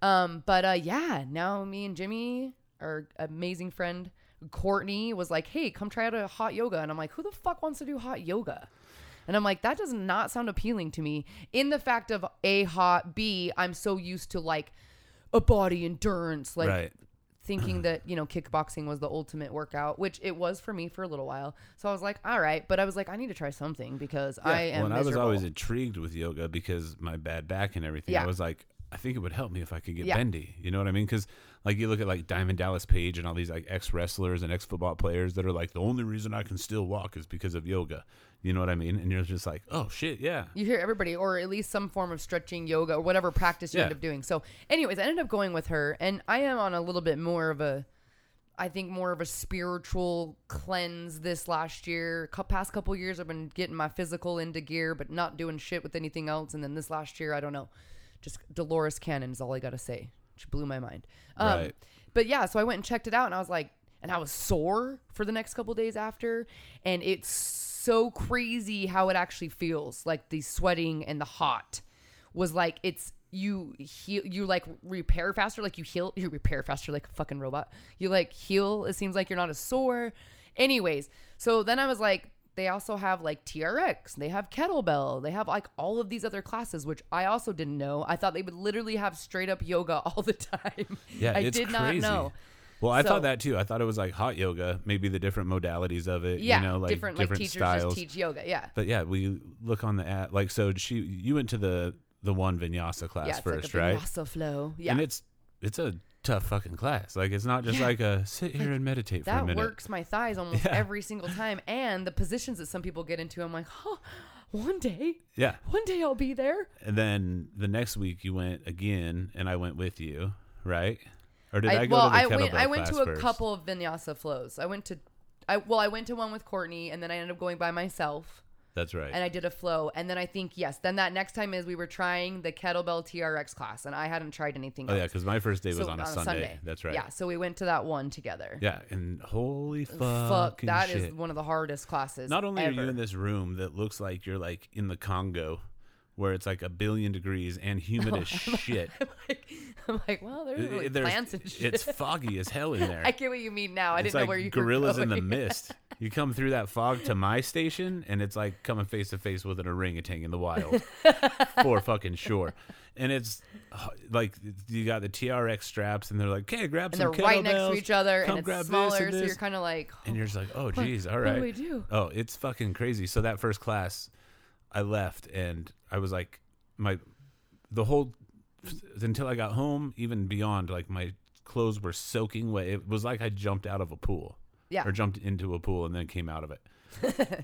S2: um. But uh, yeah, now me and Jimmy, our amazing friend Courtney, was like, hey, come try out a hot yoga, and I'm like, who the fuck wants to do hot yoga? And I'm like, that does not sound appealing to me. In the fact of a hot, b I'm so used to like a body endurance, like
S1: right.
S2: thinking that you know kickboxing was the ultimate workout, which it was for me for a little while. So I was like, all right, but I was like, I need to try something because I
S1: Yeah,
S2: am.
S1: When I was
S2: miserable.
S1: always intrigued with yoga because my bad back and everything,
S2: Yeah.
S1: I was like, I think it would help me if I could get
S2: Yeah.
S1: bendy. You know what I mean? Because like you look at like Diamond Dallas Page and all these like ex wrestlers and ex football players that are like the only reason I can still walk is because of yoga. You know what I mean? And you're just like, oh shit, yeah.
S2: you hear everybody, or at least some form of stretching, yoga, or whatever practice you
S1: Yeah.
S2: end up doing. So, anyways, I ended up going with her, and I am on a little bit more of a, I think more of a spiritual cleanse this last year. Cou- Past couple years, I've been getting my physical into gear, but not doing shit with anything else. And then this last year, I don't know, just Dolores Cannon is all I gotta say. She blew my mind. Um,
S1: Right.
S2: But yeah, so I went and checked it out, and I was like, and I was sore for the next couple days after, and it's so crazy how it actually feels, like the sweating and the hot was like it's you heal you like repair faster like you heal you repair faster like a fucking robot you like heal it seems like you're not as sore anyways so then i was like they also have like trx they have kettlebell they have like all of these other classes which i also didn't know i thought they would literally have straight up yoga all the time
S1: Yeah,
S2: i
S1: it's
S2: did not
S1: crazy.
S2: know
S1: Well, I
S2: So-
S1: thought that too. I thought it was like hot yoga, maybe the different modalities of it.
S2: yeah
S1: you know, like
S2: different, like teachers
S1: styles.
S2: just teach yoga yeah
S1: But yeah, we look on the app. Like, so she, you went to the the one vinyasa class
S2: yeah it's
S1: first,
S2: like a
S1: right?
S2: vinyasa flow yeah
S1: And it's it's a tough fucking class. Like, it's not just
S2: Yeah.
S1: like a sit here and meditate for a
S2: that
S1: minute.
S2: works my thighs almost
S1: Yeah.
S2: every single time and the positions that some people get into i'm like huh one day,
S1: Yeah.
S2: one day I'll be there.
S1: And then the next week you went again, and I went with you, right? Or did I, go
S2: well,
S1: to the
S2: I
S1: kettlebell
S2: went. I went
S1: class
S2: to a
S1: first?
S2: couple of vinyasa flows. I went to, I well, I went to one with Courtney, and then I ended up going by myself,
S1: That's right.
S2: and I did a flow. And then I think yes, then that next time is we were trying the kettlebell TRX class, and I hadn't tried anything.
S1: oh yeah,
S2: else.
S1: because my first day was
S2: So,
S1: on, a, Sunday. That's right.
S2: Yeah, so we went to that one together.
S1: Yeah, and holy
S2: Fuck,
S1: fucking
S2: that is
S1: shit.
S2: one of the hardest classes.
S1: Not only
S2: ever.
S1: are you in this room that looks like you're like in the Congo, where it's like a billion degrees and humid as shit. eh,
S2: I'm like, I'm like, well, there's, really
S1: There's-
S2: plants and shit.
S1: It's foggy as hell in there.
S2: I get what you mean now. I
S1: it's
S2: didn't
S1: like
S2: know where you
S1: gorillas
S2: were
S1: in
S2: going.
S1: the mist. You come through that fog to my station, and it's like coming face to face with an orangutan in the wild, for fucking sure. And it's uh, like you got the TRX straps, and they're like, "Okay, grab
S2: and they're
S1: some
S2: right next to
S1: kettlebells,
S2: each other,
S1: come
S2: and
S1: grab this
S2: it's smaller,
S1: and
S2: so you're
S1: this."
S2: kind of like,
S1: And you're just like, oh, geez, all
S2: what do
S1: right.
S2: we do?
S1: Oh, it's fucking crazy. So that first class, I left and I was like, my, the whole, until I got home, even beyond, like my clothes were soaking wet. It was like I jumped out of a pool.
S2: Yeah.
S1: Or jumped into a pool and then came out of it.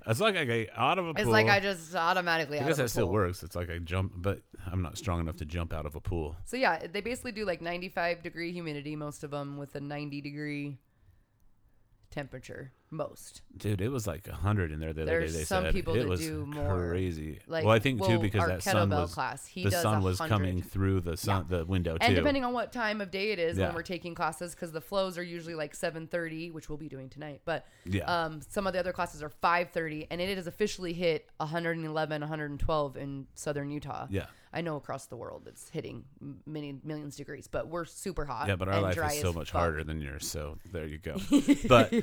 S1: it's like I got out of a pool.
S2: it's like I just automatically.
S1: I
S2: out
S1: guess
S2: of the
S1: that still
S2: pool.
S1: works. It's like I jump, but I'm not strong enough to jump out of a pool.
S2: So yeah, they basically do like 95 degree humidity, most of them with a 90 degree temperature, most.
S1: Dude, it was like a hundred in there the other
S2: There's
S1: day. They
S2: some
S1: said
S2: people
S1: it
S2: that
S1: was
S2: do more.
S1: crazy.
S2: Like,
S1: well, I think too
S2: well,
S1: because
S2: our
S1: that sun
S2: kettlebell
S1: was
S2: class, he
S1: the
S2: does
S1: sun was
S2: 100.
S1: coming through the sun the window too.
S2: And depending on what time of day it is
S1: Yeah.
S2: when we're taking classes, because the flows are usually like 7:30, which we'll be doing tonight. But
S1: Yeah.
S2: um, some of the other classes are 5:30, and it has officially hit 111, 112 in southern Utah.
S1: Yeah.
S2: I know across the world it's hitting m- many millions of degrees, but we're super hot.
S1: yeah, but our
S2: and
S1: life
S2: dry
S1: is so
S2: as
S1: much
S2: fuck.
S1: harder than yours. So there you go. But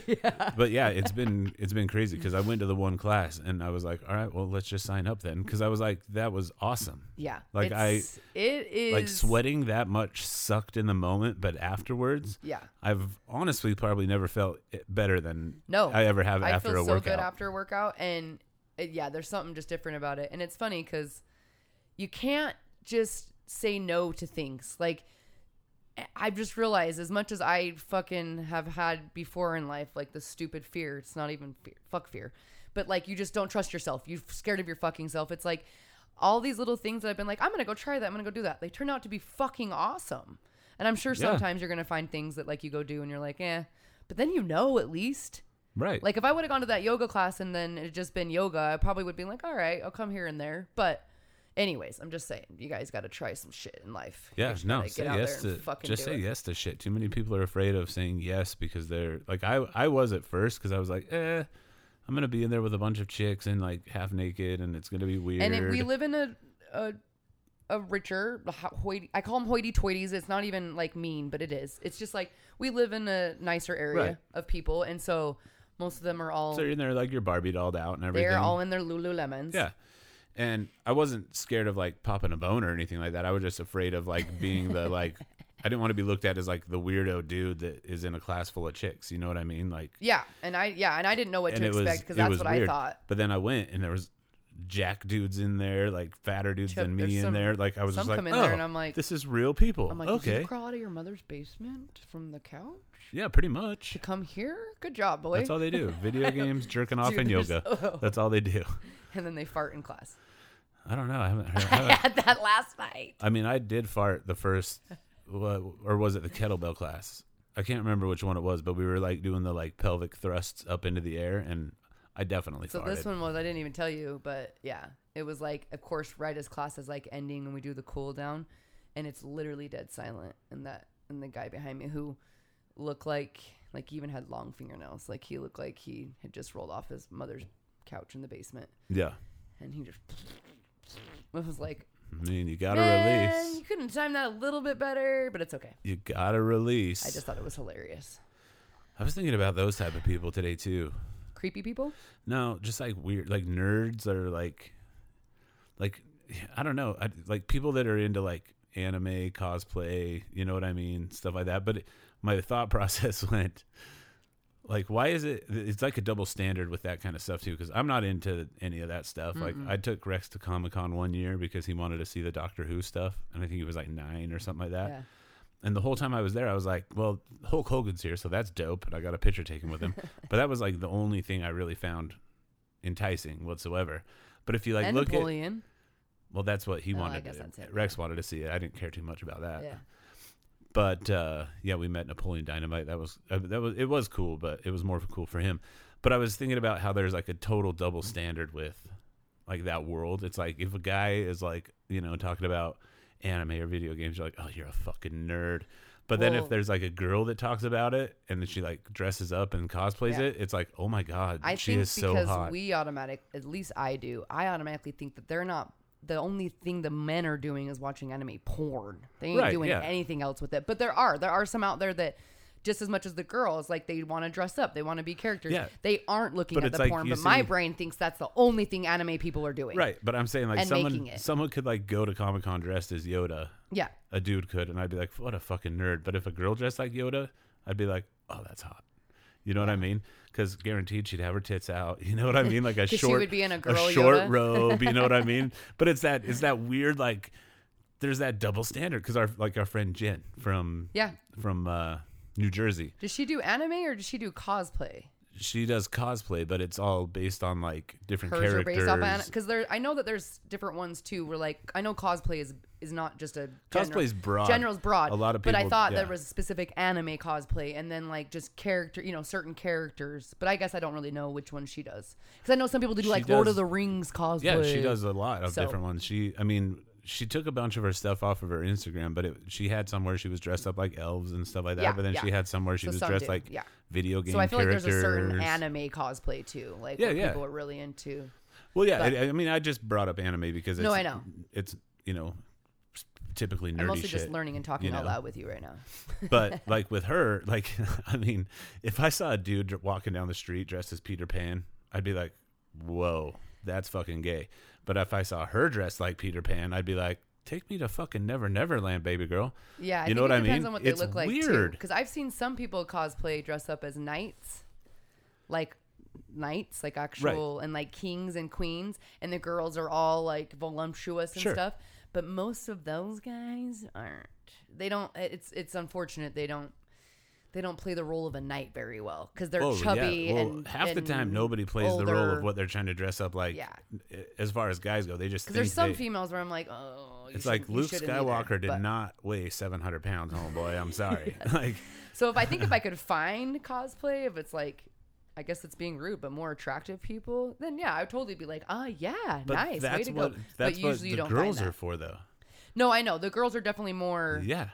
S1: but yeah, it's been it's been crazy because I went to the one class and I was like, all right, well, let's just sign up then because I was like, that was awesome.
S2: Yeah,
S1: Like, I-
S2: it's- it is
S1: Like sweating that much sucked in the moment, but afterwards,
S2: Yeah.
S1: I've honestly probably never felt it better than
S2: No,
S1: I ever have
S2: I
S1: after
S2: feel
S1: a
S2: so
S1: workout.
S2: good after a workout, and uh, yeah, there's something just different about it. And it's funny because you can't just say no to things. Like I- I've just realized, as much as I fucking have had before in life, like the stupid fear. It's not even fear, fuck fear, but like you just don't trust yourself. You're scared of your fucking self. It's like all these little things that I've been like, I'm gonna go try that. I'm gonna go do that. They turn out to be fucking awesome. And I'm sure
S1: Yeah.
S2: sometimes you're gonna find things that like you go do and you're like, eh. But then you know at least.
S1: right.
S2: Like if I would have gone to that yoga class and then it had just been yoga, I probably would be like, all right, I'll come here and there. But anyways, I'm just saying, you guys got to try some shit in life. You
S1: Yeah,
S2: just
S1: no.
S2: gotta
S1: Say
S2: get out
S1: yes
S2: there
S1: to
S2: and fucking
S1: just
S2: do
S1: say
S2: it.
S1: yes to shit. Too many people are afraid of saying yes because they're like I I was at first because I was like, eh, I'm gonna be in there with a bunch of chicks and like half naked and it's gonna be weird.
S2: And if we live in a a, a richer, ho- hoity, I call them hoity-toities. It's not even like mean, but it is. It's just like we live in a nicer area
S1: Right.
S2: of people, and so most of them are all
S1: so you're in there like you're Barbie dolled out and everything.
S2: they're all in their Lululemons.
S1: yeah. And I wasn't scared of like popping a bone or anything like that. I was just afraid of like being the like I didn't want to be looked at as like the weirdo dude that is in a class full of chicks. You know what I mean? Like
S2: yeah. And I yeah, and I didn't know what
S1: and
S2: to
S1: it was
S2: expect because
S1: it
S2: that's
S1: was
S2: what
S1: weird.
S2: I thought.
S1: But then I went and there was jack dudes in there, like fatter dudes
S2: Chip,
S1: than
S2: there's
S1: me in
S2: some-
S1: there. Like I was just
S2: some
S1: like,
S2: come in
S1: oh,
S2: there and I'm like-
S1: this is real people.
S2: I'm like, did
S1: okay,
S2: you crawl out of your mother's basement from the couch
S1: yeah, pretty much.
S2: to come here? Good job, boy.
S1: That's all they do: video games, jerking off, and
S2: Dude,
S1: yoga.
S2: there's- oh.
S1: That's all they do.
S2: and then they fart in class.
S1: I don't know. I haven't. Heard, I,
S2: I
S1: haven't-
S2: had that last night.
S1: I mean, I did fart the first, what- or was it the kettlebell class? I can't remember which one it was, but we were like doing the like pelvic thrusts up into the air, and I definitely
S2: So
S1: farted.
S2: this one was I didn't even tell you, but yeah, it was like of course right as class is like ending and we do the cool down, and it's literally dead silent. And that and the guy behind me who looked like like he even had long fingernails, like he looked like he had just rolled off his mother's couch in the basement,
S1: yeah,
S2: and he just I was like,
S1: I mean, you gotta
S2: Man,
S1: release.
S2: you couldn't time that a little bit better, but it's okay.
S1: You gotta release.
S2: I just thought it was hilarious.
S1: I was thinking about those type of people today too.
S2: Creepy people.
S1: No, just like weird, like nerds that are like, like I don't know, I, like people that are into like anime cosplay. You know what I mean, stuff like that. But my thought process went like, why is it? It's like a double standard with that kind of stuff too. Because I'm not into any of that stuff. Like I took Rex to Comic Con one year because he wanted to see the Doctor Who stuff, and I think he was like nine or something like that.
S2: Yeah.
S1: And the whole time I was there, I was like, well, Hulk Hogan's here, so that's dope. And I got a picture taken with him. but that was like the only thing I really found enticing whatsoever. But if you like
S2: and
S1: look at
S2: Napoleon.
S1: well, that's what he
S2: Oh, I
S1: wanted.
S2: guess
S1: to-
S2: that's it,
S1: Rex wanted to see it. I didn't care too much about that.
S2: yeah.
S1: But uh, yeah, we met Napoleon Dynamite. That was uh, that was it was cool, but it was more cool for him. But I was thinking about how there's like a total double standard with like that world. It's like if a guy is like you know talking about anime or video games, you're like, oh, you're a fucking nerd. But then
S2: Well-
S1: if there's like a girl that talks about it and then she like dresses up and cosplays
S2: Yeah.
S1: it, it's like, oh my god,
S2: I
S1: she
S2: think
S1: is so
S2: because
S1: hot.
S2: we automatic, at least I do, I automatically think that they're not. The only thing the men are doing is watching anime porn. They ain't
S1: Right,
S2: doing
S1: yeah.
S2: anything else with it. But there are there are some out there that just as much as the girls, like they want to dress up, they want to be characters.
S1: Yeah.
S2: They aren't looking
S1: But
S2: at
S1: it's
S2: the
S1: like
S2: porn,
S1: you
S2: but my
S1: see-
S2: brain thinks that's the only thing anime people are doing.
S1: right, but I'm saying like
S2: And
S1: someone
S2: making it.
S1: someone could like go to Comic Con dressed as Yoda
S2: Yeah.
S1: a dude could, and I'd be like, what a fucking nerd. But if a girl dressed like Yoda, I'd be like, oh, that's hot. You know what I mean? Because guaranteed she'd have her tits out. You know what I mean? Like a
S2: 'Cause she
S1: short,
S2: would be in a girl
S1: short
S2: Yoda.
S1: robe. You know what I mean? But it's that it's that weird like there's that double standard because our like our friend Jen from
S2: Yeah.
S1: from uh, New Jersey,
S2: Does she do anime or does she do cosplay?
S1: she does cosplay, but it's all based on like different
S2: Hers are
S1: characters.
S2: based off anime because there. I know that there's different ones too. Where like I know cosplay is is not just a general,
S1: Cosplay's broad.
S2: General's broad.
S1: A lot of
S2: but I
S1: people-
S2: thought
S1: yeah.
S2: there was specific anime cosplay and then like just character, you know, certain characters. But I guess I don't really know which one she does because I know some people do like Lord of
S1: does-
S2: the Rings cosplay.
S1: Yeah, she does a lot of
S2: So-
S1: different ones. She, I mean, she took a bunch of her stuff off of her Instagram, but it, she had some where she was dressed up like elves and stuff like that.
S2: Yeah,
S1: but then she
S2: yeah.
S1: had some where she
S2: So
S1: was
S2: some
S1: dressed
S2: do,
S1: like
S2: yeah.
S1: video game
S2: So I feel
S1: characters.
S2: like there's a certain anime cosplay too, like
S1: Yeah,
S2: what
S1: yeah.
S2: people are really into.
S1: Well, yeah,
S2: but-
S1: I, I mean, I just brought up anime because it's,
S2: No, I know.
S1: it's you know typically nerdy
S2: I'm mostly
S1: shit.
S2: just learning and talking
S1: you
S2: out
S1: know.
S2: loud with you right now.
S1: but like with her, like I mean, if I saw a dude dr- walking down the street dressed as Peter Pan, I'd be like, "Whoa, that's fucking gay." But if I saw her dressed like Peter Pan, I'd be like, "Take me to fucking Never Never Land, baby girl."
S2: Yeah, I
S1: You
S2: think
S1: know what
S2: it
S1: I
S2: depends
S1: mean?
S2: on what they
S1: It's
S2: look like
S1: weird.
S2: Because I've seen some people cosplay dress up as knights, like knights, like actual and like kings and queens, and the girls are all like voluptuous and
S1: Sure.
S2: stuff. But most of those guys aren't. They don't. It's it's unfortunate they don't. They don't play the role of a knight very well because they're
S1: Oh,
S2: chubby
S1: yeah. Well,
S2: and
S1: half the time
S2: and
S1: nobody plays the role
S2: older.
S1: of what they're trying to dress up like. eh,
S2: Yeah.
S1: As far as guys go, they just
S2: 'Cause
S1: think
S2: there's some
S1: they-
S2: females where I'm like, oh, you
S1: it's like
S2: shouldn't- you
S1: Luke
S2: shouldn't either,"
S1: Skywalker did
S2: but-
S1: not weigh 700 pounds, homeboy. I'm sorry. Like,
S2: So if I think if I could find cosplay, if it's like, I guess it's being rude, but more attractive people, then yeah, I would totally be like, ah, yeah,
S1: but
S2: nice, way
S1: that's
S2: to
S1: what
S2: go.
S1: that's
S2: but
S1: what
S2: usually
S1: the
S2: you don't
S1: girls
S2: find
S1: are
S2: that.
S1: for, though.
S2: No, I know the girls are definitely more
S1: Yeah,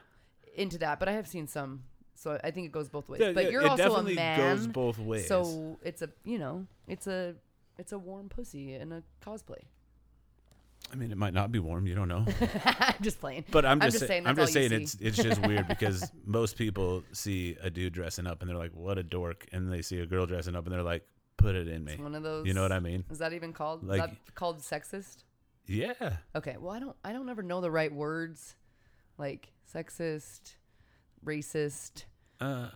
S2: into that, but I have seen some, so I think it goes both ways.
S1: Yeah,
S2: but
S1: yeah,
S2: you're
S1: it
S2: also a
S1: definitely
S2: man,
S1: goes both ways.
S2: so it's a you know, it's a it's a warm pussy in a cosplay.
S1: I mean, it might not be warm. You don't know.
S2: I'm just playing,
S1: But I'm
S2: I'm
S1: just,
S2: just
S1: sa-
S2: saying
S1: I'm
S2: that's
S1: just
S2: all you
S1: saying it's
S2: see.
S1: it's just weird because most people see a dude dressing up and they're like, "What a dork," and they see a girl dressing up and they're like, "Put it in me."
S2: one of those.
S1: You know what I mean?
S2: Is that even called?
S1: Like-
S2: is that called sexist?
S1: Yeah.
S2: Okay. Well, I don't. I don't ever know the right words, like sexist, racist,
S1: Uh,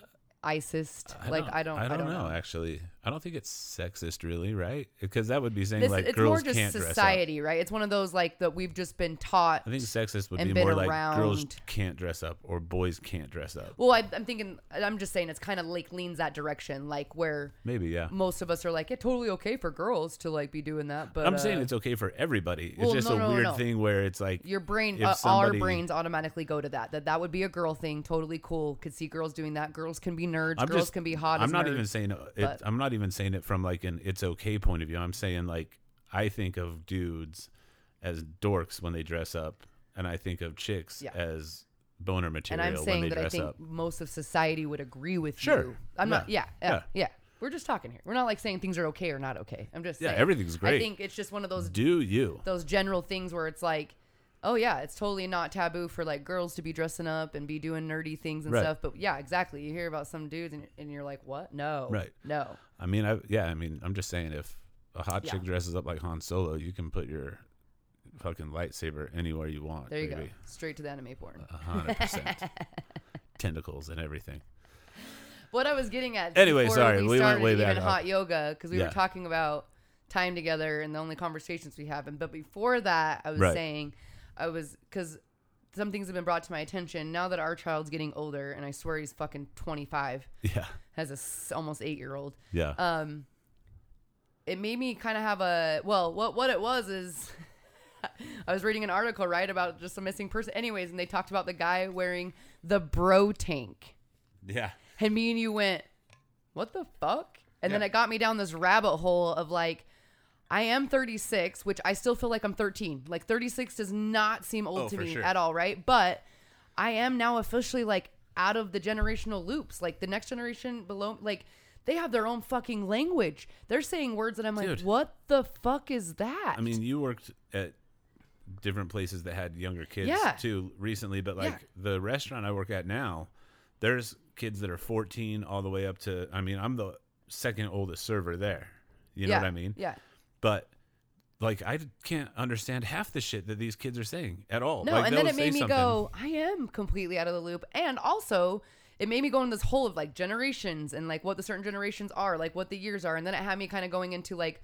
S2: ISIST.
S1: I
S2: like I don't.
S1: I don't,
S2: know.
S1: know, Actually, I don't think it's sexist, really, right? Because that would be saying
S2: This,
S1: like
S2: it's more
S1: girls
S2: just
S1: can't dress up.
S2: society, right? It's one of those like that we've just been taught.
S1: I think sexist would
S2: and
S1: be
S2: been
S1: more like girls
S2: around.
S1: can't dress up or boys can't dress up.
S2: well, I, I'm thinking. I'm just saying it's kind of like leans that direction, like where
S1: Maybe, yeah.
S2: most of us are like, yeah, totally okay for girls to like be doing that, but
S1: I'm
S2: uh,
S1: saying it's okay for everybody. It's
S2: well,
S1: just
S2: no,
S1: a
S2: no,
S1: weird
S2: no.
S1: thing where it's like
S2: your brain
S1: if
S2: uh,
S1: somebody-
S2: our brains automatically go to that that that would be a girl thing totally cool could see girls doing that girls can be nerds girls can be hot
S1: I'm
S2: as
S1: not
S2: nerds.
S1: even saying it,
S2: but-
S1: I'm not even saying it from like an it's okay point of view. I'm saying like I think of dudes as dorks when they dress up, and I think of chicks
S2: Yeah.
S1: as boner
S2: and
S1: material
S2: I'm
S1: when
S2: saying
S1: they
S2: that I
S1: dress
S2: think
S1: up.
S2: most of society would agree with
S1: Sure.
S2: you. I'm not. Yeah,
S1: Yeah.
S2: yeah. Yeah.
S1: Yeah.
S2: We're just talking here. We're not like saying things are okay or not okay. I'm just
S1: Yeah,
S2: saying.
S1: everything's
S2: I
S1: great.
S2: think it's just one of those
S1: Do you?
S2: those general things where it's like, oh yeah, it's totally not taboo for like girls to be dressing up and be doing nerdy things and
S1: Right.
S2: stuff. But yeah, exactly. You hear about some dudes and, and you're like, what? No,
S1: Right.
S2: No.
S1: I mean, I yeah. I mean, I'm just saying if a hot
S2: Yeah.
S1: chick dresses up like Han Solo, you can put your fucking lightsaber anywhere you want.
S2: There you go.
S1: baby.
S2: Straight to the anime porn.
S1: A hundred percent. Tentacles and everything.
S2: what I was getting at.
S1: Anyway,
S2: before
S1: sorry,
S2: we,
S1: we went
S2: started
S1: way
S2: even
S1: back
S2: hot yoga because we were
S1: Yeah.
S2: talking about time together and the only conversations we have. And but before that, I was
S1: Right.
S2: saying, I was because some things have been brought to my attention now that our child's getting older, and I swear he's fucking twenty five,
S1: Yeah.
S2: Uh, has a s- almost eight year old.
S1: Yeah.
S2: Um, it made me kind of have a well what what it was is I was reading an article right about just a missing person anyways and they talked about the guy wearing the bro tank
S1: Yeah.
S2: and me and you went what the fuck and then
S1: Yeah.
S2: it got me down this rabbit hole of like I am 36 which I still feel like I'm 13 like 36 does not seem old
S1: Oh,
S2: to
S1: for
S2: me
S1: sure.
S2: at all right but I am now officially like out of the generational loops like the next generation below like they have their own fucking language. They're saying words that I'm like,
S1: Dude.
S2: what the fuck is that?
S1: I mean, you worked at different places that had younger kids
S2: Yeah.
S1: too recently, but like
S2: Yeah.
S1: the restaurant I work at now, there's kids that are 14 all the way up to, I mean, I'm the second oldest server there. You know
S2: yeah,
S1: what I mean?
S2: Yeah.
S1: But like, I can't understand half the shit that these kids are saying at all.
S2: No,
S1: like,
S2: and then
S1: they'll
S2: it
S1: say
S2: made me
S1: something-
S2: go, I am completely out of the loop. And also, it made me go in this whole of like generations and like what the certain generations are, like what the years are. And then it had me kind of going into like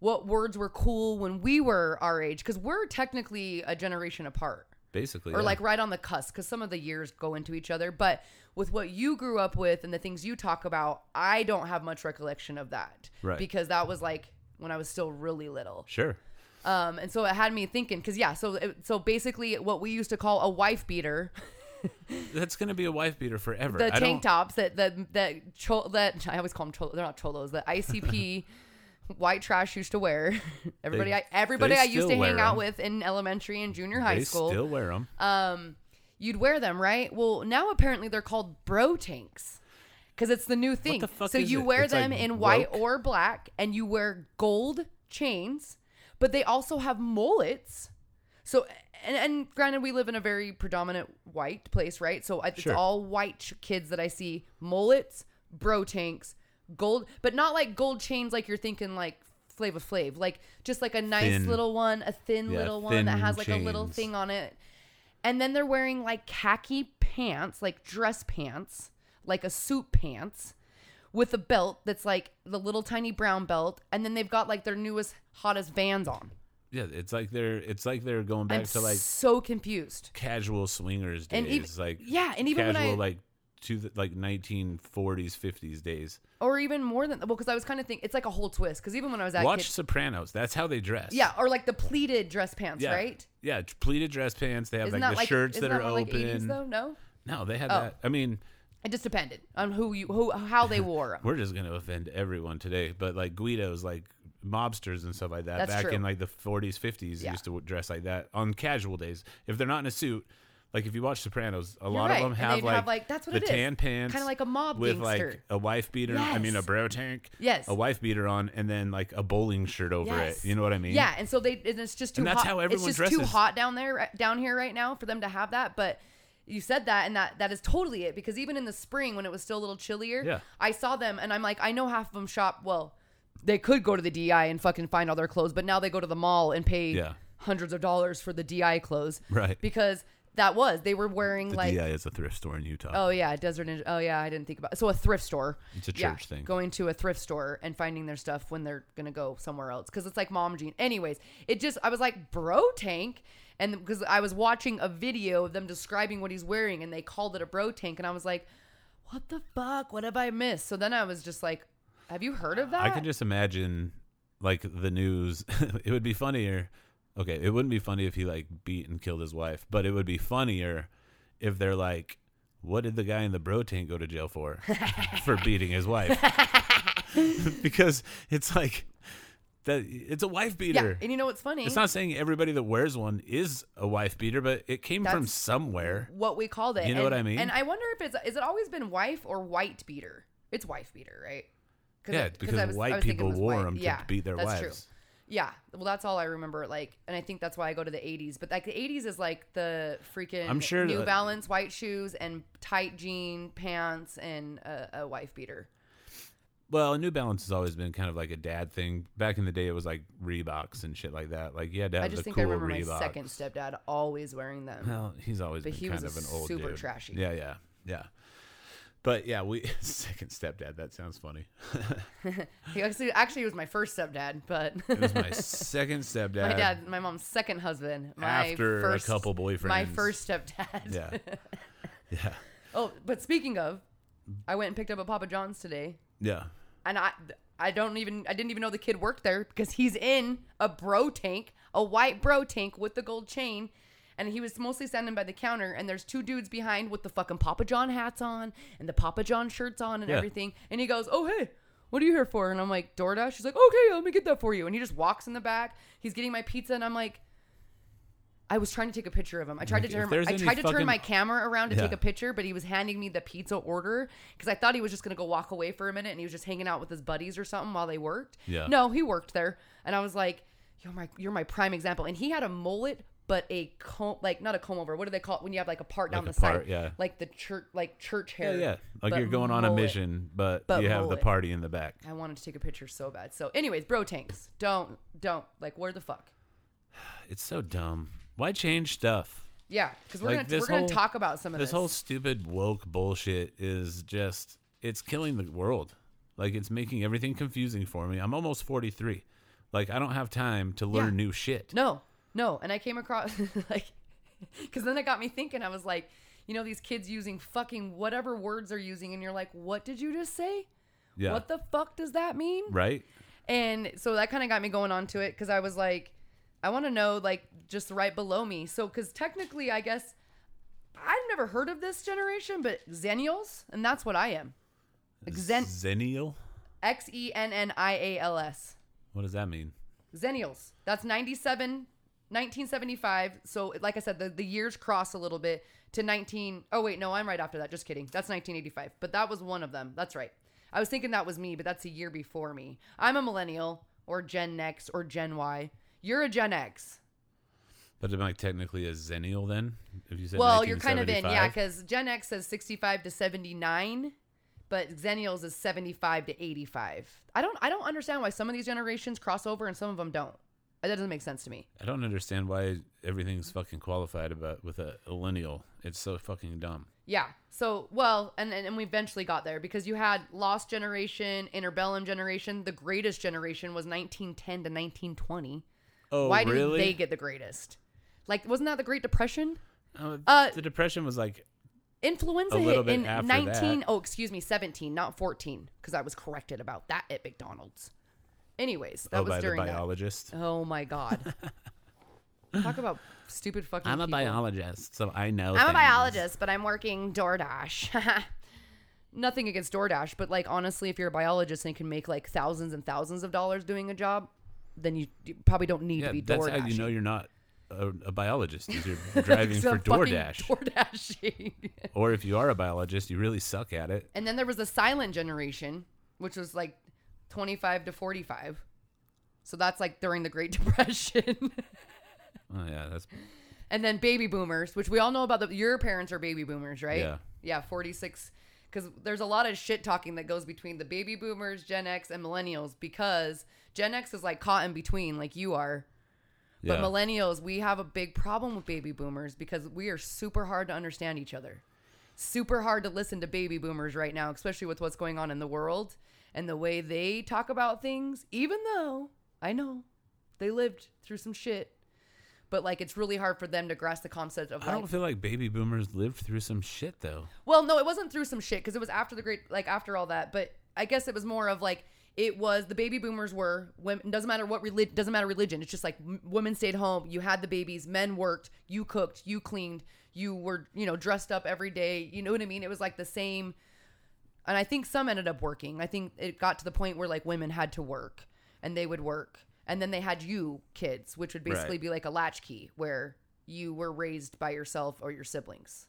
S2: what words were cool when we were our age, because we're technically a generation apart.
S1: basically,
S2: or
S1: yeah.
S2: like right on the cusp because some of the years go into each other but with what you grew up with and the things you talk about i don't have much recollection of that
S1: Right.
S2: because that was like when i was still really little
S1: sure.
S2: um and so it had me thinking because yeah so it, so basically what we used to call a wife beater
S1: That's going to be a wife beater forever.
S2: the
S1: I don't,
S2: tank tops that that that cho- that i always call them cholo they're not cholos the icp white trash used to wear everybody
S1: They-
S2: i everybody
S1: they
S2: i used
S1: still
S2: to hang
S1: wear
S2: out
S1: 'em.
S2: with in elementary and junior high
S1: they
S2: school
S1: still wear them.
S2: um, you'd wear them, right? Well, now apparently they're called bro tanks because it's the new thing.
S1: the fuck
S2: so
S1: is
S2: you
S1: it?
S2: wear
S1: It's, like,
S2: them in white
S1: woke?
S2: or black, and you wear gold chains, but they also have mullets. So and, and granted, we live in a very predominant white place, right? So I- it's
S1: Sure.
S2: all white ch- kids that I see mullets, bro tanks, gold, but not like gold chains like you're thinking like Flava Flav, like just like a nice
S1: Thin.
S2: little one, a thin
S1: Yeah,
S2: little one that
S1: thin
S2: has like a little
S1: chains.
S2: thing on it. And then they're wearing like khaki pants, like dress pants, like a suit pants with a belt that's like the little tiny brown belt. And then they've got like their newest, hottest vans on.
S1: Yeah, it's like they're it's like they're going back
S2: I'm
S1: to like
S2: so confused.
S1: casual swingers days,
S2: And even-
S1: like
S2: yeah, and even when
S1: casual
S2: I-
S1: like to the, like 1940s, 50s days.
S2: Or even more than, well, because I was kind of thinking it's like a whole twist. Because even when I was at
S1: Watch
S2: kid-
S1: Sopranos. That's how they dress.
S2: yeah, or like the pleated dress pants,
S1: yeah,
S2: right?
S1: Yeah, t- pleated dress pants. They have
S2: Isn't
S1: like
S2: that
S1: the
S2: like
S1: shirts
S2: isn't
S1: that are
S2: more like
S1: open.
S2: 80s though? No,
S1: no, they had
S2: Oh.
S1: that. I mean,
S2: it just depended on who you who how they wore 'em.
S1: we're just gonna offend everyone today, but like Guidos, like mobsters and stuff like that.
S2: That's
S1: back
S2: true.
S1: in like the 40s, 50s,
S2: Yeah.
S1: used to dress like that on casual days. If they're not in a suit. Like if you watch Sopranos, a lot
S2: right,
S1: of them
S2: and
S1: have
S2: they'd
S1: like,
S2: have, like, that's what
S1: the
S2: it is.
S1: tan pants,
S2: Kinda like a mob
S1: with
S2: gangster.
S1: like a wife beater. I mean a
S2: Yes.
S1: bro tank,
S2: Yes.
S1: a wife beater on, and then like a bowling shirt over
S2: Yes.
S1: it. You know what I mean?
S2: Yeah, and so they and it's just too
S1: And that's
S2: hot.
S1: how
S2: it's
S1: everyone
S2: just too
S1: dresses.
S2: hot down there right- down here right now for them to have that, but you said that and that that is totally it because even in the spring when it was still a little chillier,
S1: Yeah.
S2: I saw them and I'm like I know half of them shop well they could go to the DI and fucking find all their clothes, but now they go to the mall and pay
S1: Yeah.
S2: hundreds of dollars for the DI clothes.
S1: Right.
S2: Because that was they were wearing
S1: The
S2: like
S1: DI is a thrift store in Utah.
S2: Oh yeah, Desert Ninja. Oh yeah, I didn't think about. So a thrift store.
S1: It's a
S2: Yeah,
S1: church thing.
S2: Going to a thrift store and finding their stuff when they're gonna go somewhere else because it's like mom jean. Anyways, it just I was like bro tank, and because I was watching a video of them describing what he's wearing and they called it a bro tank and I was like, what the fuck? What have I missed? So then I was just like, have you heard of that?
S1: I can just imagine like the news. it would be funnier. Okay, it wouldn't be funny if he like beat and killed his wife, but it would be funnier if they're like, "What did the guy in the bro tank go to jail for? for beating his wife?" because it's like that. It's a wife
S2: yeah,
S1: beater.
S2: and you know what's funny?
S1: it's not saying everybody that wears one is a wife beater, but it came from
S2: That's-
S1: somewhere.
S2: what we called it.
S1: You know
S2: and,
S1: what I mean?
S2: And I wonder if it's is it always been wife or white beater? It's wife beater, right? 'Cause I-
S1: Yeah,
S2: 'cause
S1: because
S2: I was- I
S1: white
S2: was thinking
S1: people
S2: it was
S1: wore
S2: white.
S1: them to
S2: Yeah,
S1: beat their
S2: that's
S1: wives.
S2: True. Yeah, well, that's all I remember. Like, and I think that's why I go to the '80s. But like the '80s is like the freaking
S1: I'm sure
S2: New
S1: that-
S2: Balance white shoes and tight jean pants and a, a wife beater.
S1: Well, New Balance has always been kind of like a dad thing. Back in the day, it was like Reeboks and shit like that. Like, yeah, dad.
S2: I just
S1: the
S2: think
S1: cool
S2: I remember
S1: Reeboks.
S2: my second stepdad always wearing them.
S1: Well, he's always
S2: But
S1: been
S2: he was
S1: kind of an old
S2: super
S1: dude.
S2: trashy.
S1: Yeah, yeah, yeah. But yeah, we second stepdad. That sounds funny.
S2: He actually, actually, he was my first stepdad, but
S1: It was my second stepdad.
S2: my dad, my mom's second husband, my
S1: After a
S2: first,
S1: couple
S2: my
S1: boyfriends.
S2: first stepdad.
S1: Yeah, yeah,
S2: Oh, but speaking of, I went and picked up a Papa John's today,
S1: yeah.
S2: and I I don't even I didn't even know the kid worked there because he's in a bro tank, a white bro tank with the gold chain. And he was mostly standing by the counter, and there's two dudes behind with the fucking Papa John hats on and the Papa John shirts on and
S1: Yeah.
S2: everything. And he goes, "Oh hey, what are you here for?" And I'm like, "DoorDash." She's like, "Okay, let me get that for you." And he just walks in the back. He's getting my pizza, and I'm like, I was trying to take a picture of him. I tried
S1: Like,
S2: to
S1: if
S2: turn
S1: there's
S2: I
S1: any
S2: tried to turn
S1: fucking-
S2: my camera around to take
S1: Yeah.
S2: a picture, but he was handing me the pizza order because I thought he was just gonna go walk away for a minute and he was just hanging out with his buddies or something while they worked.
S1: Yeah.
S2: No, he worked there, and I was like, "You're my you're my prime example." And he had a mullet, but a comb like not a comb over. What do they call it when you have like a part down
S1: Like a
S2: the
S1: part,
S2: side?
S1: yeah.
S2: Like the church like church
S1: Yeah,
S2: hair.
S1: yeah. Like
S2: but
S1: you're going on a
S2: mullet.
S1: mission, but,
S2: But
S1: you have
S2: mullet.
S1: the party in the back.
S2: I wanted to take a picture so bad. So, anyways, bro tanks, don't don't like where the fuck.
S1: It's so dumb. Why change stuff?
S2: Yeah, because we're
S1: Like,
S2: gonna
S1: this
S2: we're gonna
S1: whole-
S2: talk about some of
S1: This whole stupid woke bullshit is just it's killing the world. Like it's making everything confusing for me. I'm almost 43. Like I don't have time to learn
S2: Yeah.
S1: new shit.
S2: No, no. And I came across like, because then it got me thinking. I was like, you know, these kids using fucking whatever words they're using, and you're like, what did you just say?
S1: yeah.
S2: What the fuck does that mean?
S1: right?
S2: And so that kind of got me going on to it because I was like, I want to know like just right below me. So because technically, I guess I've never heard of this generation, but Xennials, and that's what I am. Like Xen
S1: Xennial?
S2: X E N N I A L S.
S1: What does that mean?
S2: Xennials. That's 97, 1975. So, like I said, the, the years cross a little bit to 19. Oh, wait, no, I'm right after that. Just kidding. That's 1985. But that was one of them. That's right. I was thinking that was me, but that's a year before me. I'm a millennial or Gen X or Gen Y. You're a Gen X.
S1: But am I technically a Xennial then? If you said
S2: Well, you're kind of in, yeah,
S1: 1975?
S2: because Gen X says 65 to 79, but Xennials is 75 to 85. I don't, I don't understand why some of these generations cross over and some of them don't. That doesn't make sense to me.
S1: I don't understand why everything's fucking qualified about with a millennial. It's so fucking dumb.
S2: Yeah. So well, and and and we eventually got there because you had Lost Generation, Interbellum Generation. The greatest generation was 1910 to 1920.
S1: Oh,
S2: Why
S1: really?
S2: did they get the greatest? Like, wasn't that the Great Depression?
S1: Oh,
S2: Uh,
S1: the depression was like A
S2: Influenza
S1: little
S2: hit
S1: bit
S2: in
S1: after
S2: 19.
S1: that.
S2: Oh, excuse me, 17, not 14, because I was corrected about that at McDonald's. Anyways, that
S1: oh
S2: was
S1: by the
S2: during that.
S1: biologist.
S2: Oh my god. Talk about stupid fucking.
S1: I'm a
S2: people.
S1: biologist, so I know.
S2: I'm a
S1: things.
S2: biologist, but I'm working DoorDash. Nothing against DoorDash, but like honestly, if you're a biologist and can make like thousands and thousands of dollars doing a job, then you, you probably don't need
S1: Yeah,
S2: to be
S1: that's
S2: DoorDash.
S1: how you know you're not a, a biologist. Is you're driving for DoorDash,
S2: DoorDashing.
S1: or if you are a biologist, you really suck at it.
S2: and then there was the silent generation, which was like 25 to 45. So that's like during the Great Depression.
S1: Oh yeah, that's
S2: and then baby boomers, which we all know about. The, your parents are baby boomers, right?
S1: Yeah.
S2: Yeah, 46. Because there's a lot of shit talking that goes between the baby boomers, Gen X, and millennials because Gen X is like caught in between, like you are.
S1: yeah.
S2: But millennials, we have a big problem with baby boomers because we are super hard to understand each other. Super hard to listen to baby boomers right now, especially with what's going on in the world and the way they talk about things, even though I know they lived through some shit. But like it's really hard for them to grasp the concept of
S1: I don't
S2: like
S1: feel like baby boomers lived through some shit though.
S2: well, no, it wasn't through some shit because it was after the great, like after all that. But I guess it was more of like it was the baby boomers were women. Doesn't matter what religion. Doesn't matter religion. It's just like m- women stayed home. You had the babies. Men worked. You cooked. You cleaned. You were you know dressed up every day. You know what I mean? It was like the same. And I think some ended up working. I think it got to the point where like women had to work and they would work. And then they had you kids, which would basically
S1: Right.
S2: be like a latchkey where you were raised by yourself or your siblings.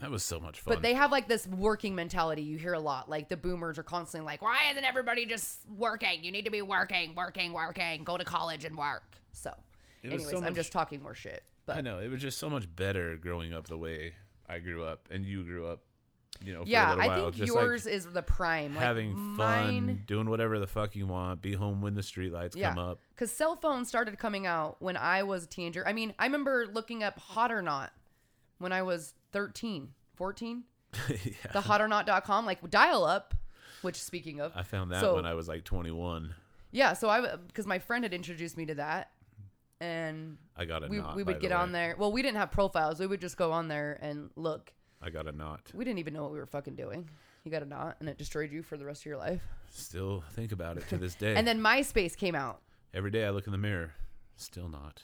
S1: That was so much fun.
S2: But they have like this working mentality you hear a lot. Like the boomers are constantly like, why isn't everybody just working? You need to be working, working, working. Go to college and work. So,
S1: It was
S2: anyways,
S1: so
S2: I'm
S1: much-
S2: just talking more shit.
S1: I
S2: But
S1: know it was just so much better growing up the way I grew up and you grew up. You know, for a
S2: yeah,
S1: little
S2: I
S1: while.
S2: think
S1: just
S2: yours
S1: like
S2: is the prime. Like
S1: having
S2: mine,
S1: fun, doing whatever the fuck you want, be home when the streetlights come up.
S2: Because cell phones started coming out when I was a teenager. I mean, I remember looking up Hot or Not when I was 13, 14.
S1: yeah.
S2: The hotornot.com, like dial up, which speaking of.
S1: I found that
S2: so-
S1: when I was like 21.
S2: Yeah, so I because my friend had introduced me to that, and
S1: I got a
S2: we
S1: knot.
S2: we
S1: by
S2: would
S1: the
S2: get on
S1: way.
S2: there. Well, we didn't have profiles. We would just go on there and look.
S1: I got a knot.
S2: We didn't even know what we were fucking doing. you got a knot, and it destroyed you for the rest of your life.
S1: Still think about it to this day.
S2: And then MySpace came out.
S1: Every day I look in the mirror. Still not.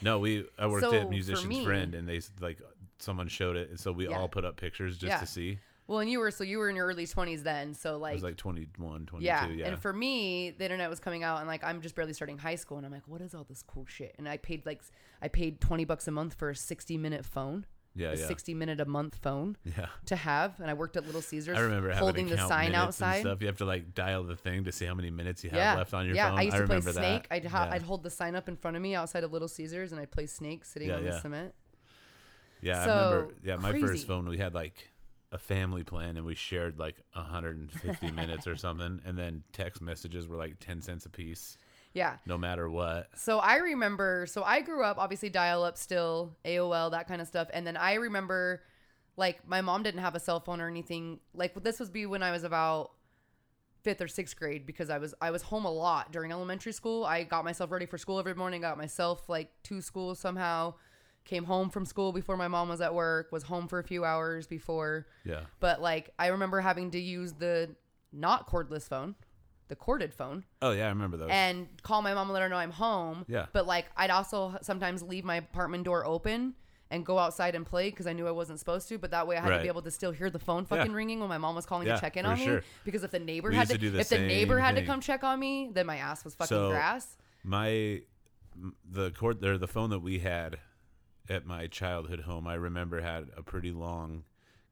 S1: no, we I worked
S2: So, for
S1: at Musician's
S2: me-
S1: Friend and they s- like someone showed it and so we
S2: Yeah.
S1: all put up pictures just
S2: Yeah.
S1: to see.
S2: Well, and you were so you were in your early twenties then, so
S1: I
S2: like,
S1: was like 21, 22,
S2: yeah.
S1: yeah.
S2: And for me, the internet was coming out, and like I'm just barely starting high school, and I'm like, what is all this cool shit? And I paid like s- I paid twenty bucks a month for a sixty minute phone,
S1: yeah,
S2: a
S1: yeah.
S2: sixty minute a month phone
S1: yeah.
S2: to have, and I worked at Little Caesars,
S1: I remember having
S2: holding
S1: to
S2: the
S1: count
S2: sign
S1: minutes
S2: outside.
S1: And stuff. You have to like dial the thing to see how many minutes you have
S2: yeah,
S1: left on your
S2: yeah.
S1: phone.
S2: I used to play
S1: remember
S2: Snake.
S1: that.
S2: I'd ha-
S1: yeah.
S2: I'd hold the sign up in front of me outside of Little Caesars, and I'd play Snake sitting
S1: Yeah,
S2: on the
S1: yeah.
S2: cement.
S1: Yeah,
S2: So,
S1: I remember. Yeah, my
S2: crazy.
S1: first phone, we had like a family plan, and we shared like 150 minutes or something, and then text messages were like 10 cents a piece,
S2: Yeah.
S1: no matter what.
S2: So I remember, so I grew up obviously dial up still, AOL, that kind of stuff. And then I remember like my mom didn't have a cell phone or anything. Like this was be when I was about fifth or sixth grade because I was I was home a lot during elementary school. I got myself ready for school every morning, got myself like to school somehow, came home from school before my mom was at work, was home for a few hours before.
S1: Yeah,
S2: But like I remember having to use the not cordless phone, the corded phone
S1: Oh yeah, I remember those.
S2: and call my mom and let her know I'm home.
S1: Yeah.
S2: But like, I'd also sometimes leave my apartment door open and go outside and play because I knew I wasn't supposed to. But that way, I had to
S1: Right.
S2: be able to still hear the phone fucking
S1: Yeah.
S2: ringing when my mom was calling
S1: Yeah,
S2: to check in
S1: for
S2: on me.
S1: sure.
S2: Because if the neighbor
S1: We
S2: had
S1: used
S2: to,
S1: to do the
S2: if the neighbor
S1: same
S2: had to
S1: thing.
S2: come check on me, then my ass was fucking
S1: So-
S2: grass.
S1: my m- the cord or the phone that we had at my childhood home, I remember had a pretty long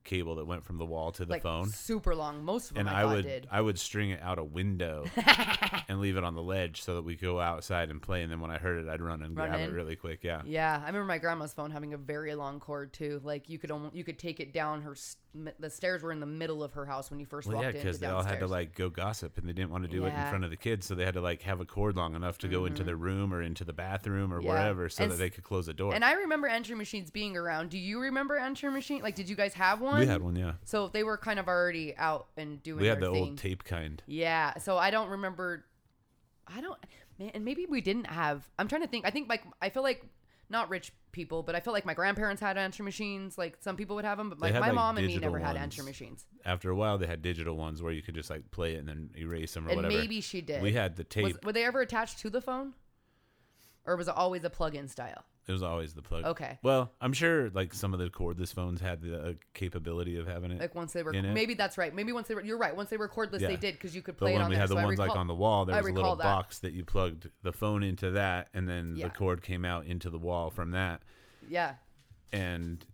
S1: cable that went from the wall to the
S2: Like
S1: phone.
S2: super long. Most of them
S1: and
S2: I,
S1: I
S2: thought
S1: would
S2: did.
S1: I would string it out a window and leave it on the ledge so that we go outside and play. And then when I heard it, I'd run and
S2: Run
S1: grab
S2: in.
S1: it really quick. Yeah,
S2: Yeah, I remember my grandma's phone having a very long cord too. Like you could almost you could take it down her. St- the stairs were in the middle of her house when you first
S1: well,
S2: walked
S1: yeah,
S2: in.
S1: because they all had to like go gossip and they didn't want to do it
S2: Yeah. Mm-hmm.
S1: in front of the kids, so they had to like have a cord long enough to go into their room or into the bathroom or
S2: Yeah.
S1: wherever so
S2: And
S1: that
S2: s-
S1: they could close the door.
S2: And I remember entry machines being around. Do you remember entry machine? Like, did you guys have one?
S1: we had one, yeah.
S2: So they were kind of already out and doing.
S1: We had the
S2: their thing.
S1: old tape kind.
S2: yeah. So I don't remember. I don't. Man, and maybe we didn't have. I'm trying to think. I think like I feel like not rich people, but I feel like my grandparents had entry machines. Like some people would have them, but
S1: They
S2: like
S1: had,
S2: my
S1: like,
S2: mom and me
S1: digital
S2: never had
S1: ones.
S2: entry machines.
S1: After a while, they had digital ones where you could just like play it and then erase them or
S2: And
S1: whatever.
S2: maybe she did.
S1: We had the tape.
S2: Was, were they ever attached to the phone, or was it always a plug-in style?
S1: It was always the plug.
S2: Okay.
S1: Well, I'm sure like some of the cordless phones had the uh, capability of having it.
S2: Like once they were,
S1: In it.
S2: maybe that's right. Maybe once they were, you're right. Once they were cordless,
S1: Yeah.
S2: they did because you could
S1: but
S2: play it
S1: when
S2: on
S1: we
S2: there.
S1: had the
S2: so I
S1: ones like
S2: recall-
S1: on the wall, there
S2: I
S1: was a little
S2: recall that.
S1: box that you plugged the phone into that, and then
S2: Yeah.
S1: the cord came out into the wall from that.
S2: Yeah.
S1: And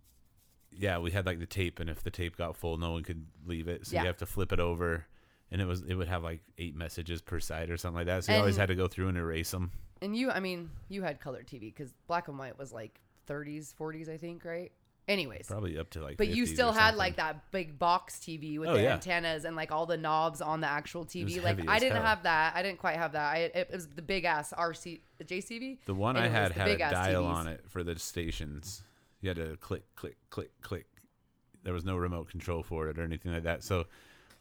S1: yeah, we had like the tape, and if the tape got full, no one could leave it, so
S2: Yeah.
S1: you have to flip it over. And it was it would have like eight messages per side or something like that. So you always
S2: And-
S1: had to go through and erase them.
S2: And you, I mean, you had color TV because black and white was like 30s, 40s, I think, right? Anyways,
S1: Probably up to like.
S2: but you
S1: 50s or
S2: still had
S1: something.
S2: like that big box TV with
S1: Oh,
S2: the
S1: yeah.
S2: antennas and like all the knobs on the actual TV.
S1: was
S2: Like
S1: heavy
S2: I
S1: as
S2: didn't
S1: hell.
S2: have that. I didn't quite have that. I, it, it was the big ass RC JCV.
S1: The one I
S2: Anyways,
S1: had
S2: the
S1: had a
S2: big-ass
S1: dial
S2: TVs.
S1: on it for the stations. You had to click, click, click, click. There was no remote control for it or anything like that. So,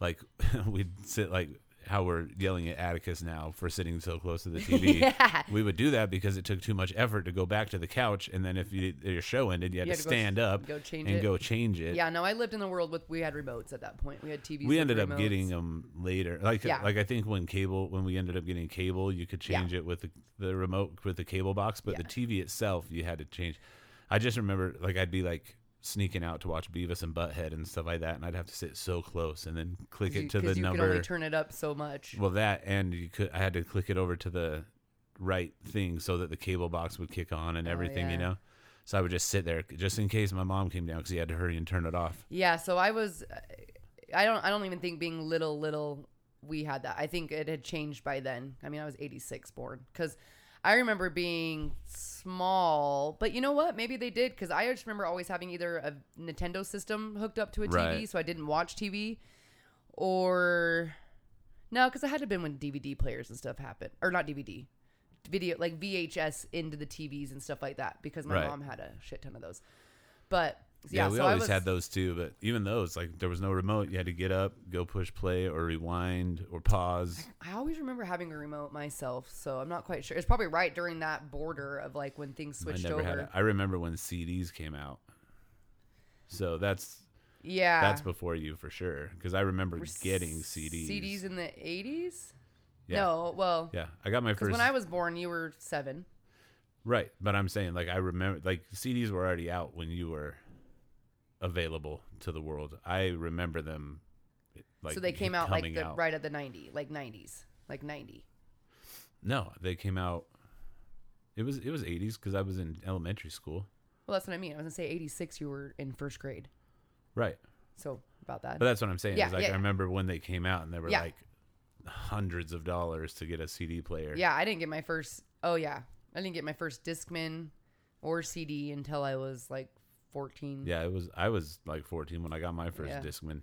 S1: like, we'd sit like how we're yelling at Atticus now for sitting so close to the TV.
S2: Yeah.
S1: We would do that because it took too much effort to go back to the couch, and then if you, your show ended, you had,
S2: You
S1: to
S2: had to go s-
S1: stand up
S2: go change
S1: and
S2: it.
S1: go change it.
S2: Yeah, no, I lived in the world with we had remotes at that point. We had TVs.
S1: We
S2: with
S1: ended up
S2: remotes.
S1: getting them later. Like,
S2: Yeah.
S1: like I think when cable, when we ended up getting cable, you could
S2: Yeah.
S1: change it with the, the remote with the cable box, but the TV itself, you had to change. I just remember, like, I'd be like sneaking out to watch Beavis and Butthead and stuff like that, and I'd have to sit so close and then click
S2: you,
S1: it to the
S2: you
S1: number.
S2: could only turn it up so much.
S1: well, that and you could, I had to click it over to the right thing so that the cable box would kick on and everything,
S2: Oh, yeah.
S1: you know. So I would just sit there just in case my mom came down because he had to hurry and turn it off.
S2: Yeah, so I was I don't I don't even think being little little we had that. I think it had changed by then. I mean, I was 86 born cuz I remember being small, but you know what? Maybe they did cuz I just remember always having either a Nintendo system hooked up to a TV
S1: Right.
S2: so I didn't watch TV or no, cuz I had to have been when DVD players and stuff happened or not DVD video like VHS into the TVs and stuff like that because my
S1: Right.
S2: mom had a shit ton of those. But yeah,
S1: Yeah, we
S2: so I
S1: always
S2: was,
S1: had those too, but even those, like there was no remote. You had to get up, go push play or rewind or pause.
S2: I always remember having a remote myself, so I'm not quite sure. It's probably right during that border of like when things
S1: I
S2: switched
S1: never
S2: over.
S1: had. A, I remember when CDs came out. So that's
S2: yeah.
S1: That's before you for sure. Because I remember getting CDs.
S2: CDs in the 80s?
S1: Yeah.
S2: No, well,
S1: Yeah, I got my
S2: because
S1: first.
S2: when I was born, you were seven.
S1: right, but I'm saying like I remember like CDs were already out when you were available to the world. I remember them. Like,
S2: so they came out like
S1: coming
S2: the,
S1: out.
S2: right at the 90, like 90s, like 90.
S1: No, they came out. It was it was 80s because I was in elementary school.
S2: Well, that's what I mean. I was going to say 86, you were in first grade.
S1: Right,
S2: So about that.
S1: but that's what I'm saying.
S2: Yeah,
S1: is like
S2: yeah,
S1: I
S2: yeah.
S1: remember when they came out and they were
S2: Yeah.
S1: like hundreds of dollars to get a CD player.
S2: yeah, I didn't get my first, oh, yeah. I didn't get my first Discman or CD until I was like 14.
S1: Yeah, it was. I was like 14 when I got my first
S2: Yeah.
S1: Discman.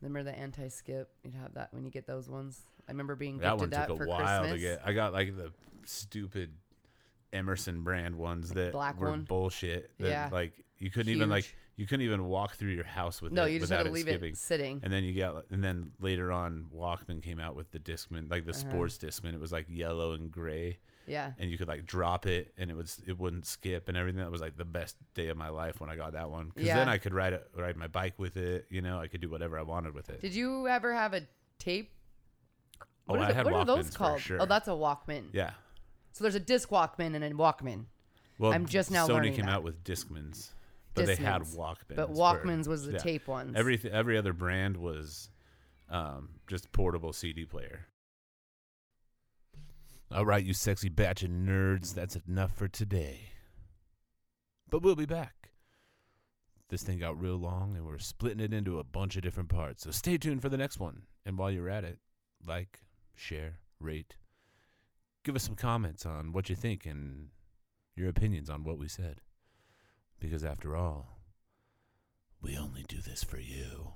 S2: Remember the anti skip? You'd have that when you get those ones. I remember being gifted
S1: That
S2: that,
S1: one took a
S2: for
S1: while
S2: Christmas.
S1: to get. I got like the stupid Emerson brand ones that
S2: black
S1: were
S2: one?
S1: bullshit. That,
S2: Yeah.
S1: like you couldn't even like
S2: Huge.
S1: you couldn't even walk through your house with
S2: No,
S1: it
S2: you just had
S1: without
S2: to leave
S1: it skipping.
S2: it sitting.
S1: And then you got, and then later on, Walkman came out with the Discman, like the
S2: Uh-huh.
S1: sports Discman. It was like yellow and gray,
S2: Yeah.
S1: and you could like drop it, and it was it wouldn't skip and everything. That was like the best day of my life when I got that one, because
S2: Yeah.
S1: then I could ride it, ride my bike with it. You know, I could do whatever I wanted with it.
S2: Did you ever have a tape?
S1: oh,
S2: What, is
S1: I
S2: it-
S1: had
S2: what are
S1: Walkmans
S2: those
S1: for
S2: called?
S1: sure.
S2: Oh, that's a Walkman.
S1: yeah.
S2: So there's a disc Walkman and a Walkman.
S1: Well,
S2: I'm just now
S1: Sony
S2: learning
S1: came
S2: that.
S1: out with Discmans, but they had
S2: Discmans.
S1: Walkmans.
S2: But
S1: for-
S2: Walkmans was the
S1: yeah.
S2: tape ones.
S1: Every every other brand was um, just portable CD player. All right, you sexy batch of nerds, that's enough for today. But we'll be back. This thing got real long, and we're splitting it into a bunch of different parts. So stay tuned for the next one. And while you're at it, like, share, rate, give us some comments on what you think and your opinions on what we said. Because after all, we only do this for you.